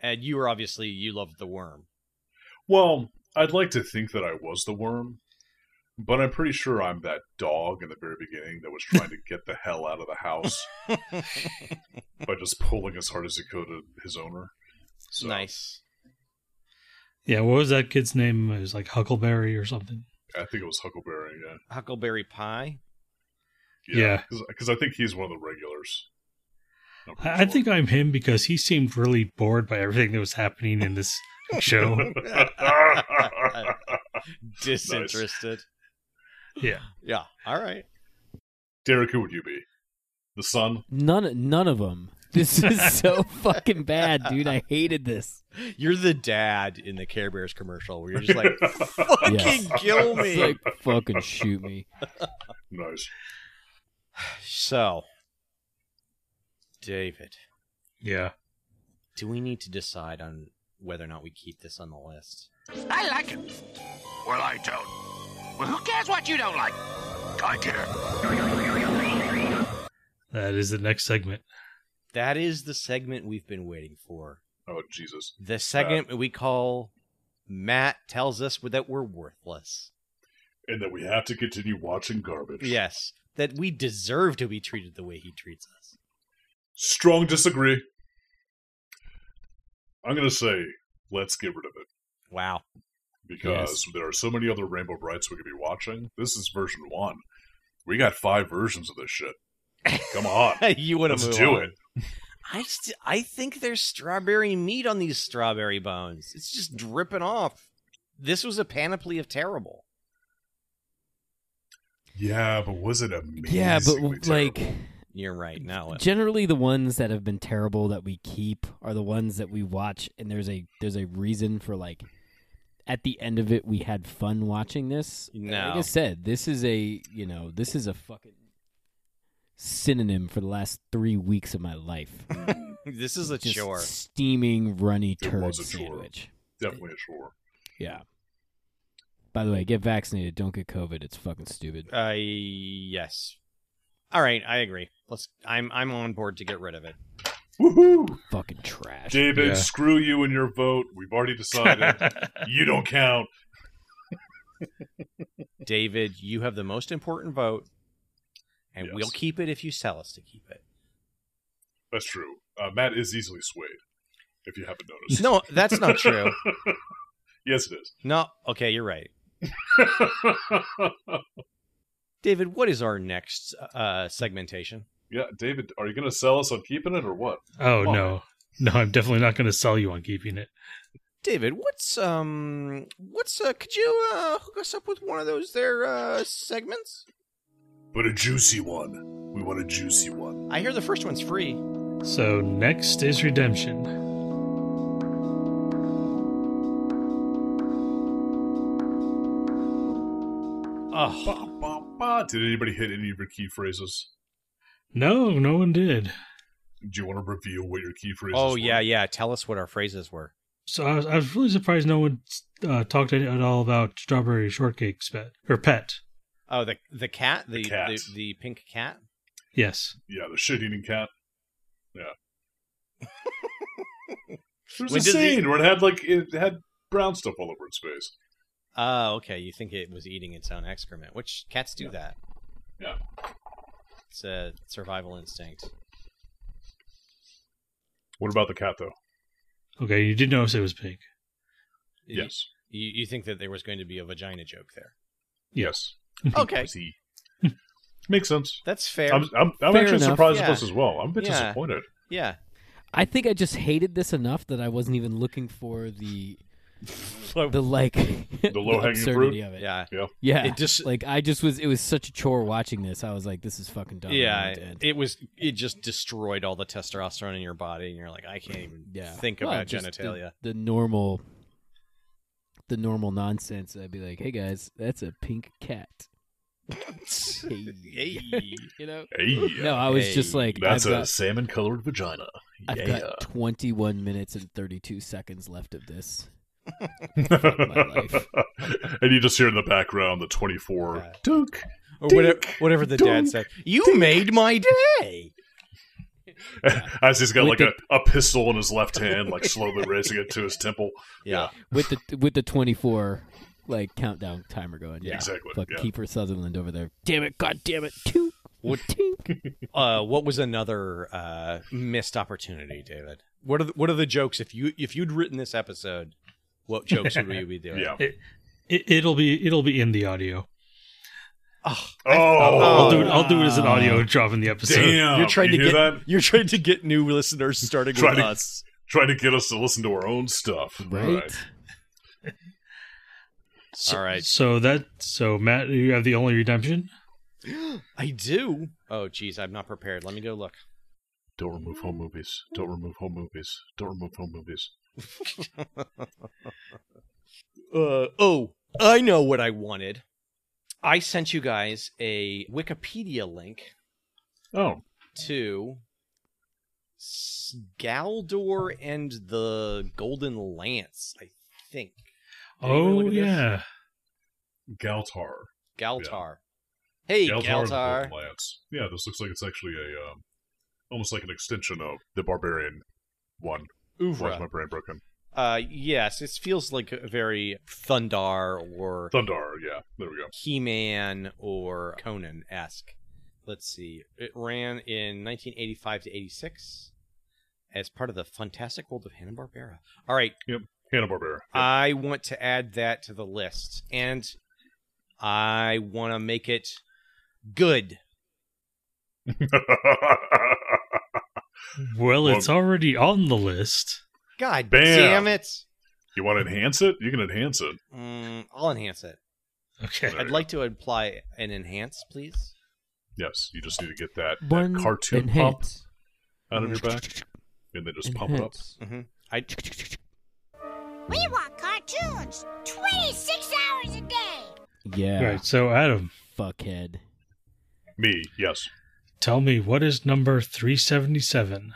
S3: And you were obviously you loved the worm.
S1: Well, I'd like to think that I was the worm, but I'm pretty sure I'm that dog in the very beginning that was trying to get the hell out of the house by just pulling as hard as he could at his owner. So,
S3: Nice.
S2: Yeah, what was that kid's name? It was like Huckleberry or something.
S1: I think it was Huckleberry. Yeah.
S3: Huckleberry pie.
S2: Yeah.
S1: Because I think he's one of the regulars. I'm pretty
S2: I, I
S1: sure.
S2: think I'm him because he seemed really bored by everything that was happening in this show.
S3: Disinterested.
S2: Yeah.
S3: Yeah. All right.
S1: Derek, who would you be? The son?
S4: None none of them. This is so fucking bad, dude. I hated this.
S3: You're the dad in the Care Bears commercial where you're just like, fucking kill me.
S4: It's like fucking shoot me.
S1: Nice.
S3: so, David,
S2: Yeah.
S3: do we need to decide on whether or not we keep this on the list?
S7: I like it. Well, I don't. Well, who cares what you don't like? I care.
S2: That is the next segment.
S3: That is the segment we've been waiting for.
S1: Oh, Jesus.
S3: The segment we call Matt Tells Us That We're Worthless.
S1: And that we have to continue watching garbage.
S3: Yes, that we deserve to be treated the way he treats us.
S1: Strong disagree. I'm going to say, let's get rid of it
S3: Wow.
S1: because there are so many other Rainbow Brights we could be watching. This is version one. We got five versions of this shit. Come on.
S3: you want
S1: let's
S3: to move
S1: do
S3: on.
S1: it.
S3: I st- I think there's strawberry meat on these strawberry bones. It's just dripping off. This was a panoply of terrible.
S1: Yeah, but was it amazing?
S4: Yeah, but like
S3: You're right. Now it-
S4: generally the ones that have been terrible that we keep are the ones that we watch and there's a there's a reason for like at the end of it we had fun watching this.
S3: No.
S4: Like I said, this is a, you know, this is a fucking synonym for the last 3 weeks of my life.
S3: this is a
S4: Just
S3: chore.
S4: steaming runny
S1: It
S4: turd
S1: was a chore.
S4: sandwich.
S1: definitely a chore.
S4: Yeah. By the way, get vaccinated. Don't get COVID. It's fucking stupid.
S3: Uh, yes. All right, I agree. Let's. I'm I'm on board to get rid of it.
S1: Woohoo!
S4: Fucking trash.
S1: David,
S2: Yeah.
S1: screw you and your vote. We've already
S2: Oh,
S1: decided. you don't count.
S3: David, you have the most important vote, and
S1: Yes.
S3: we'll keep it if you sell us to keep it.
S1: That's true. Uh, Matt is easily swayed, if you haven't noticed.
S3: No, that's not true.
S1: yes, it is.
S3: No. Okay, you're right. David, what is our next uh, segmentation?
S1: yeah, David, are you going to sell us on keeping it or what?
S2: Oh,
S1: Come on,
S2: no. No, I'm definitely not going to sell you on keeping it.
S3: David, what's um, what's uh, could you uh, hook us up with one of those there uh segments?
S1: But a juicy one. We want a juicy one.
S3: I hear the first one's free.
S2: So next is Redemption.
S3: Oh,
S1: Ba, ba, ba. Did anybody hit any of your key phrases?
S2: No, no one did.
S1: Do you want to review what your key phrases
S3: oh
S1: were?
S3: yeah, yeah. Tell us what our phrases were.
S2: So I was, I was really surprised no one uh, talked at at all about Strawberry Shortcake's pet. Her pet.
S3: Oh, the the cat, the the,
S1: cat.
S3: The, pink cat.
S2: Yes.
S1: Yeah, the shit eating cat. There's
S3: When
S1: a
S3: does he-
S1: scene where it had like it had brown stuff all over its face.
S3: Oh, okay. You think it was eating its own excrement, which cats do
S1: Yeah.
S3: that.
S1: Yeah.
S3: It's a survival instinct.
S1: What about the cat though?
S2: Okay, you did notice it was pink.
S3: You-
S1: Yes.
S3: You, you think that there was going to be a vagina joke there.
S1: Yes.
S3: Okay.
S1: See. Makes sense.
S3: That's fair.
S1: I'm I'm, I'm
S4: Fair
S1: actually
S4: enough.
S1: surprised
S3: Yeah.
S1: at this as well. I'm a bit
S3: Yeah.
S1: disappointed.
S3: yeah.
S4: I think I just hated this enough that I wasn't even looking for the the like the
S1: low-hanging
S4: absurdity
S1: fruit?
S4: of it.
S3: Yeah.
S4: yeah.
S3: It just-
S4: like I just was. It was such a chore watching this. I was like, this is fucking dumb.
S3: Yeah.
S4: I'm oh, dead.
S3: It was it just destroyed all the testosterone in your body and you're like, I can't even
S4: yeah.
S3: think
S4: Well,
S3: about
S4: just the-
S3: genitalia.
S4: The, normal, the normal nonsense. I'd be like, hey guys, that's a pink cat. Hey.
S3: Hey.
S4: You know.
S1: Hey,
S4: No, I was just
S3: Hey,
S4: like,
S1: that's
S4: I've
S1: a
S4: got,
S1: salmon colored vagina.
S4: I've
S1: yeah.
S4: got 21 minutes and 32 seconds left of this. my life.
S1: and you just hear in the background the 24
S3: Yeah.
S1: Duke.
S3: Or
S1: Dink,
S3: whatever, whatever the dad
S1: dunk,
S3: said. You made my day.
S1: As he's got
S4: With
S1: like a, a pistol in his left hand, like slowly raising it to his temple.
S3: Yeah.
S4: with the with the 24 like countdown timer going. Yeah,
S1: Exactly,
S4: Fuck
S1: yeah.
S4: Kiefer Sutherland over there. Damn it! God damn it! Two.
S3: What-
S4: Tink.
S3: Uh, what was another uh, missed opportunity, David? What are the, what are the jokes if you if you'd written this episode? What jokes would you be doing?
S1: Yeah.
S2: It, it'll be it'll be in the audio.
S3: Oh,
S2: I'll
S1: Oh,
S2: do it. I'll do it as an audio drop in the episode.
S1: damn.
S3: you're trying
S1: Oh, you
S3: to
S1: hear
S3: get
S1: that?
S3: you're trying to get new listeners starting
S1: Trying
S3: with
S1: to-
S3: us.
S1: Trying to get us to listen to our own stuff. All
S4: Right.
S1: right.
S2: So,
S3: All right.
S2: So that so Matt, you have the only redemption.
S3: I do. Oh, geez, I'm not prepared. Let me go look.
S1: Don't remove home movies. Don't remove home movies. Don't remove home movies.
S3: Uh, oh, I know what I wanted. I sent you guys a Wikipedia link
S1: Oh,
S3: to Galdor and the Golden Lance, I think. Did anybody
S2: Oh
S3: look at this?
S2: yeah.
S1: Galtar.
S3: Galtar. Hey,
S1: Galtar's
S3: Galtar.
S1: Golden Lance. Yeah, this looks like it's actually a um, almost like an extension of the barbarian one. Why is my
S3: Uvra.
S1: brain broken?
S3: Uh, yes, it feels like a very Thundar or
S1: Thundar. Yeah, there we go.
S3: He Man or Conan esque. Let's see. It ran in 1985 to 86 as part of the Fantastic World of Hanna-Barbera. All right,
S1: Hanna Barbera.
S4: Uh,
S3: I want to add that to the list, and I want to make it good.
S2: Well, it's already on the list.
S3: God
S1: Bam.
S3: damn it!
S1: you want to enhance it? You can enhance it.
S3: Mm, I'll enhance it.
S2: Okay.
S1: There
S3: I'd
S1: you
S3: like to apply an enhance, please.
S1: Yes, you just need to get that, that
S4: One
S1: cartoon
S4: enhance.
S1: pump out of your back, and then just pump it up.
S4: Enhance.
S3: Mm-hmm. I
S5: We want cartoons 26 hours a day.
S2: All
S4: Yeah,
S2: right. So Adam,
S4: fuckhead.
S1: Me, yes,
S2: tell me what is number three seventy seven.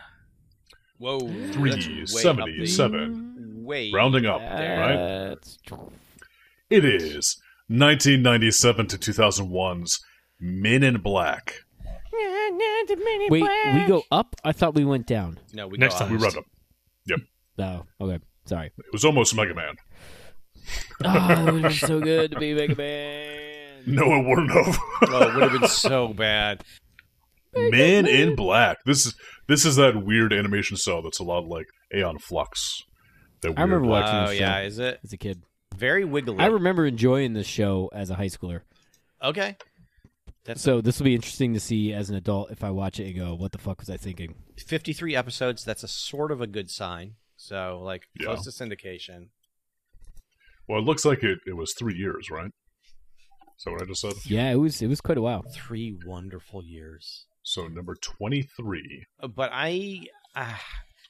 S3: whoa that's way
S1: three
S3: up
S1: seventy seven,
S3: there. Way
S1: rounding up, right?
S4: That's
S1: It is 1997 to 2001's Men in Black.
S4: Wait, we go up. I thought we went down.
S3: No, we
S2: Next
S3: go
S2: time.
S1: We
S3: up.
S1: run up.
S4: No, okay, sorry.
S1: It was almost Mega Man.
S4: Oh, it would have been so good to be Mega Man.
S1: No, it wouldn't have.
S3: oh, it would have been so bad.
S1: Men in Black. This is this is that weird animation style that's a lot like Aeon Flux. That weird, uh,
S4: I remember
S1: like,
S4: watching
S3: Oh
S4: this
S3: yeah,
S4: show
S3: is it
S4: as a kid.
S3: very wiggly?
S4: I remember enjoying this show as a high schooler.
S3: okay, that's
S4: So this will be interesting to see as an adult if I watch it and go, "What the fuck was I thinking?"
S3: 53 episodes. That's a sort of a good sign. So like
S1: Yeah.
S3: close to syndication.
S1: Well, it looks like it, it was three years, right? So what I just said.
S4: Yeah, it was it was quite a while.
S3: Three wonderful years.
S1: So number twenty three.
S3: But I, uh,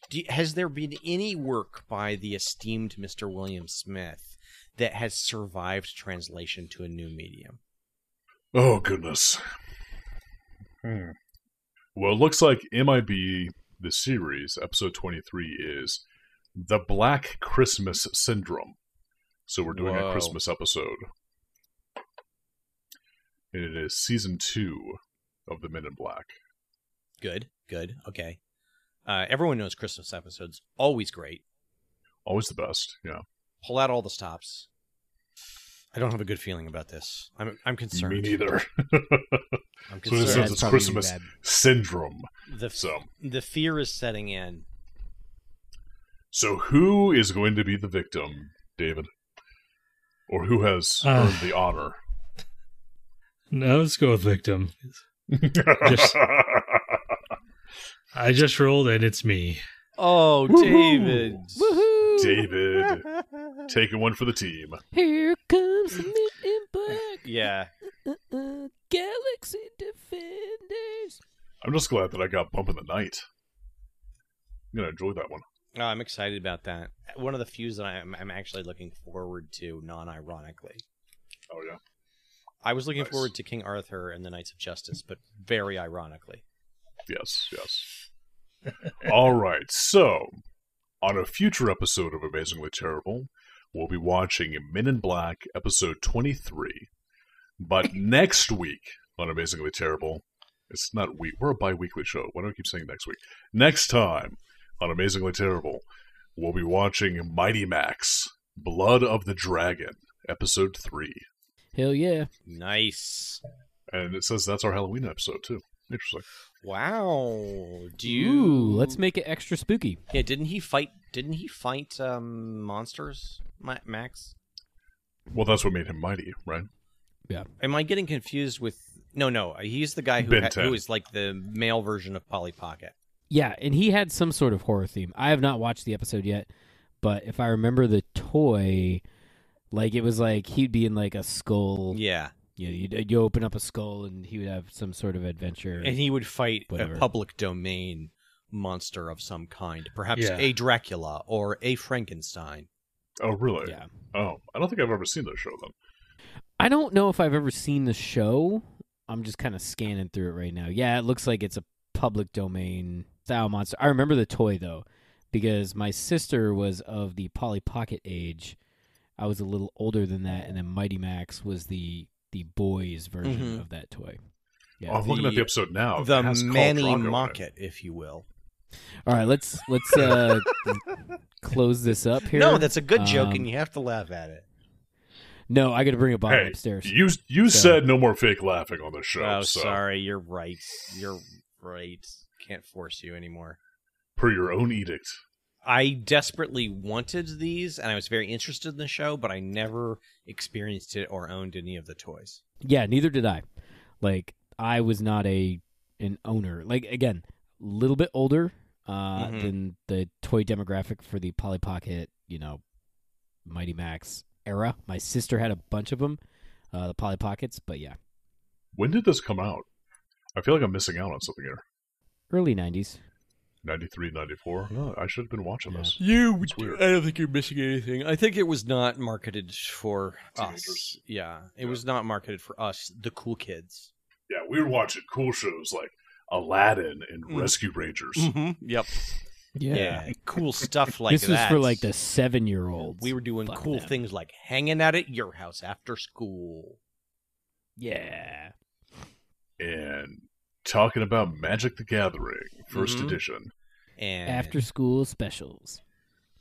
S3: do, has there been any work by the esteemed Mr. William Smith that has survived translation to a new medium?
S1: Oh goodness. Hmm. Well, it looks like MIB the series episode twenty three is the Black Christmas Syndrome. So we're doing
S3: Whoa.
S1: a Christmas episode, and it is season two of the Men in Black.
S3: Good, good, okay. Uh, everyone knows Christmas episodes always great.
S1: Always the best. Yeah.
S3: Pull out all the stops. I don't have a good feeling about this. I'm I'm concerned.
S1: Me neither.
S3: I'm
S1: So in a
S3: concerned.
S1: sense,
S4: it's
S1: it's
S4: probably
S1: Christmas
S4: bad.
S1: syndrome.
S3: the f-
S1: So,
S3: the fear is setting in.
S1: so who is going to be the victim, David, or who has
S2: Uh.
S1: earned the honor?
S2: No, let's go with victim. Just- I just rolled and it's me.
S3: Oh, David.
S4: Woohoo!
S1: David taking one for the team.
S4: Here comes the meat and back.
S3: Yeah.
S4: Uh, Galaxy Defenders.
S1: I'm just glad that I got bump in the night. I'm gonna enjoy that one.
S3: No, Oh, I'm excited about that. One of the few that I'm, I'm actually looking forward to, non-ironically.
S1: Oh yeah.
S3: I was looking
S1: Nice.
S3: forward to King Arthur and the Knights of Justice, but very ironically.
S1: Yes, yes. All right. So, on a future episode of Amazingly Terrible, we'll be watching Men in Black episode 23. But next week on Amazingly Terrible, it's not week. We're a bi weekly show. Why do I keep saying next week? Next time on Amazingly Terrible, we'll be watching Mighty Max Blood of the Dragon episode 3.
S4: Hell yeah.
S3: Nice.
S1: And it says that's our Halloween episode, too. Interesting.
S3: Wow. Do you?
S4: Ooh, let's make it extra spooky.
S3: Yeah. Didn't he fight? Didn't he fight um, monsters, Ma- Max?
S1: Well, that's what made him mighty, right?
S3: Am I getting confused with? No, no. He's the guy who
S1: Ben
S3: ha-
S1: 10.
S3: who is like the male version of Polly Pocket.
S4: Yeah, and he had some sort of horror theme. I have not watched the episode yet, but if I remember the toy, like it was like he'd be in like a skull.
S3: Yeah,
S4: You know, you'd, you open up a skull and he would have some sort of adventure.
S3: and he would fight
S4: Whatever.
S3: a public domain monster of some kind, perhaps
S2: Yeah.
S3: a Dracula or a Frankenstein.
S1: Oh, really?
S4: yeah.
S1: Oh, I don't think I've ever seen that show then.
S4: I don't know if I've ever seen the show. I'm just kind of scanning through it right now. Yeah, it looks like it's a public domain style monster. I remember the toy though, because my sister was of the Polly Pocket age. I was a little older than that, and then Mighty Max was the the boys version
S3: Mhm.
S4: of that toy. Yeah.
S1: oh, I'm looking at
S3: the-
S1: the episode now. It
S3: the
S1: has Khal
S3: Manny
S1: Oh, Drogo in it.
S3: Mocket, if you will.
S4: All right, let's let's uh, close this up here.
S3: No, that's a good joke,
S4: Um,
S3: and you have to laugh at it.
S4: no. I got to bring a bottle
S1: Hey,
S4: upstairs.
S1: You you
S4: So-
S1: said no more fake laughing on this show.
S3: Oh,
S1: so
S3: sorry. You're right. You're right. Can't force you anymore.
S1: Per your own edict.
S3: I desperately wanted these, and I was very interested in the show, but I never experienced it or owned any of the toys.
S4: Yeah, neither did I. Like I was not a an owner. Like again, a little bit older uh,
S3: Mhm.
S4: than the toy demographic for the Polly Pocket, you know, Mighty Max era. My sister had a bunch of them, uh, the Polly Pockets. But yeah,
S1: When did this come out? I feel like I'm missing out on something here.
S4: early nineties.
S1: 93, 94? No, I should have been watching this.
S3: You,
S1: It's weird.
S3: don't think you're missing anything. I think it was not marketed for us.
S1: Teenagers.
S3: Yeah, it was not marketed for us, the cool kids.
S1: Yeah, we were watching cool shows like Aladdin and
S3: Mm.
S1: Rescue Rangers.
S3: Mm-hmm. Yep. Yeah. cool stuff like
S4: this was
S3: that.
S4: for like the seven year olds.
S3: We were doing
S4: Fuck
S3: cool
S4: them.
S3: things like hanging out at your house after school.
S4: yeah.
S1: And talking about Magic the Gathering, 1st
S3: Mhm.
S1: edition.
S3: And
S4: After school specials.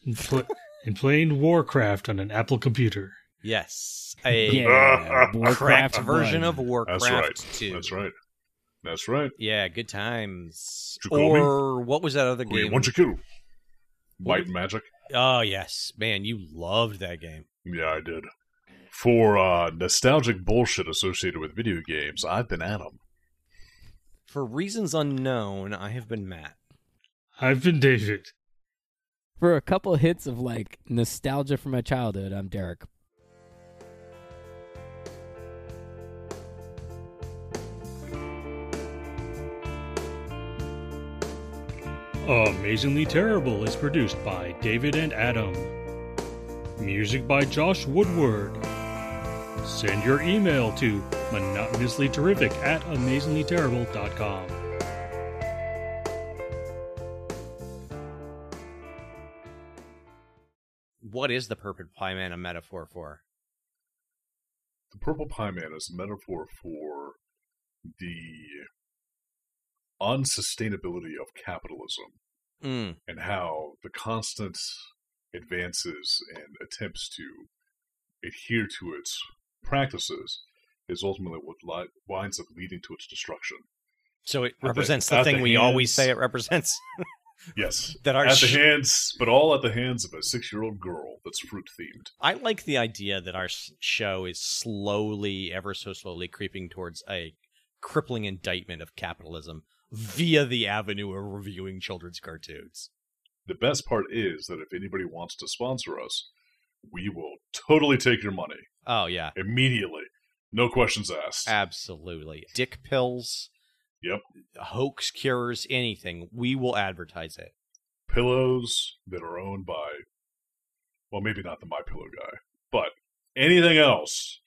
S2: And, pl- and playing Warcraft on an Apple computer.
S3: Yes. A
S4: Yeah,
S3: cracked
S4: Warcraft
S3: version of
S4: one.
S3: Warcraft
S1: That's right.
S3: 2.
S1: That's right. That's right.
S3: Yeah, good times.
S1: Did you call me?
S3: Or what was that other
S1: Wait,
S3: game?
S1: what'd you kill? Light and Magic?
S3: Oh, yes. Man, you loved that game.
S1: Yeah, I did. For uh, nostalgic bullshit associated with video games, I've been at 'em.
S3: For reasons unknown, I have been Matt.
S2: I've been David.
S4: For a couple hits of like nostalgia from my childhood, I'm Derek.
S2: Amazingly Terrible is produced by David and Adam. Music by Josh Woodward. Send your email to monotonouslyterrific at amazinglyterrible.com.
S3: What is the Purple Pie Man a metaphor for?
S1: The Purple Pie Man is a metaphor for the unsustainability of capitalism
S3: Mm.
S1: and how the constant advances and attempts to adhere to its practices is ultimately what li- winds up leading to its destruction.
S3: So it
S1: the-
S3: represents
S1: at
S3: the
S1: the
S3: thing we always
S1: hands-
S3: say it represents.
S1: Yes.
S3: That our
S1: at
S3: sh-
S1: the hands, but all at the hands of a six year old girl that's fruit themed.
S3: I like the idea that our s- show is slowly, ever so slowly, creeping towards a crippling indictment of capitalism via the avenue of reviewing children's cartoons.
S1: The best part is that if anybody wants to sponsor us, we will totally take your money
S3: Oh yeah,
S1: immediately. No questions asked.
S3: absolutely. Dick pills.
S1: Yep.
S3: Hoax cures anything. We will advertise it.
S1: Pillows that are owned by, well, maybe not the My Pillow guy, but anything else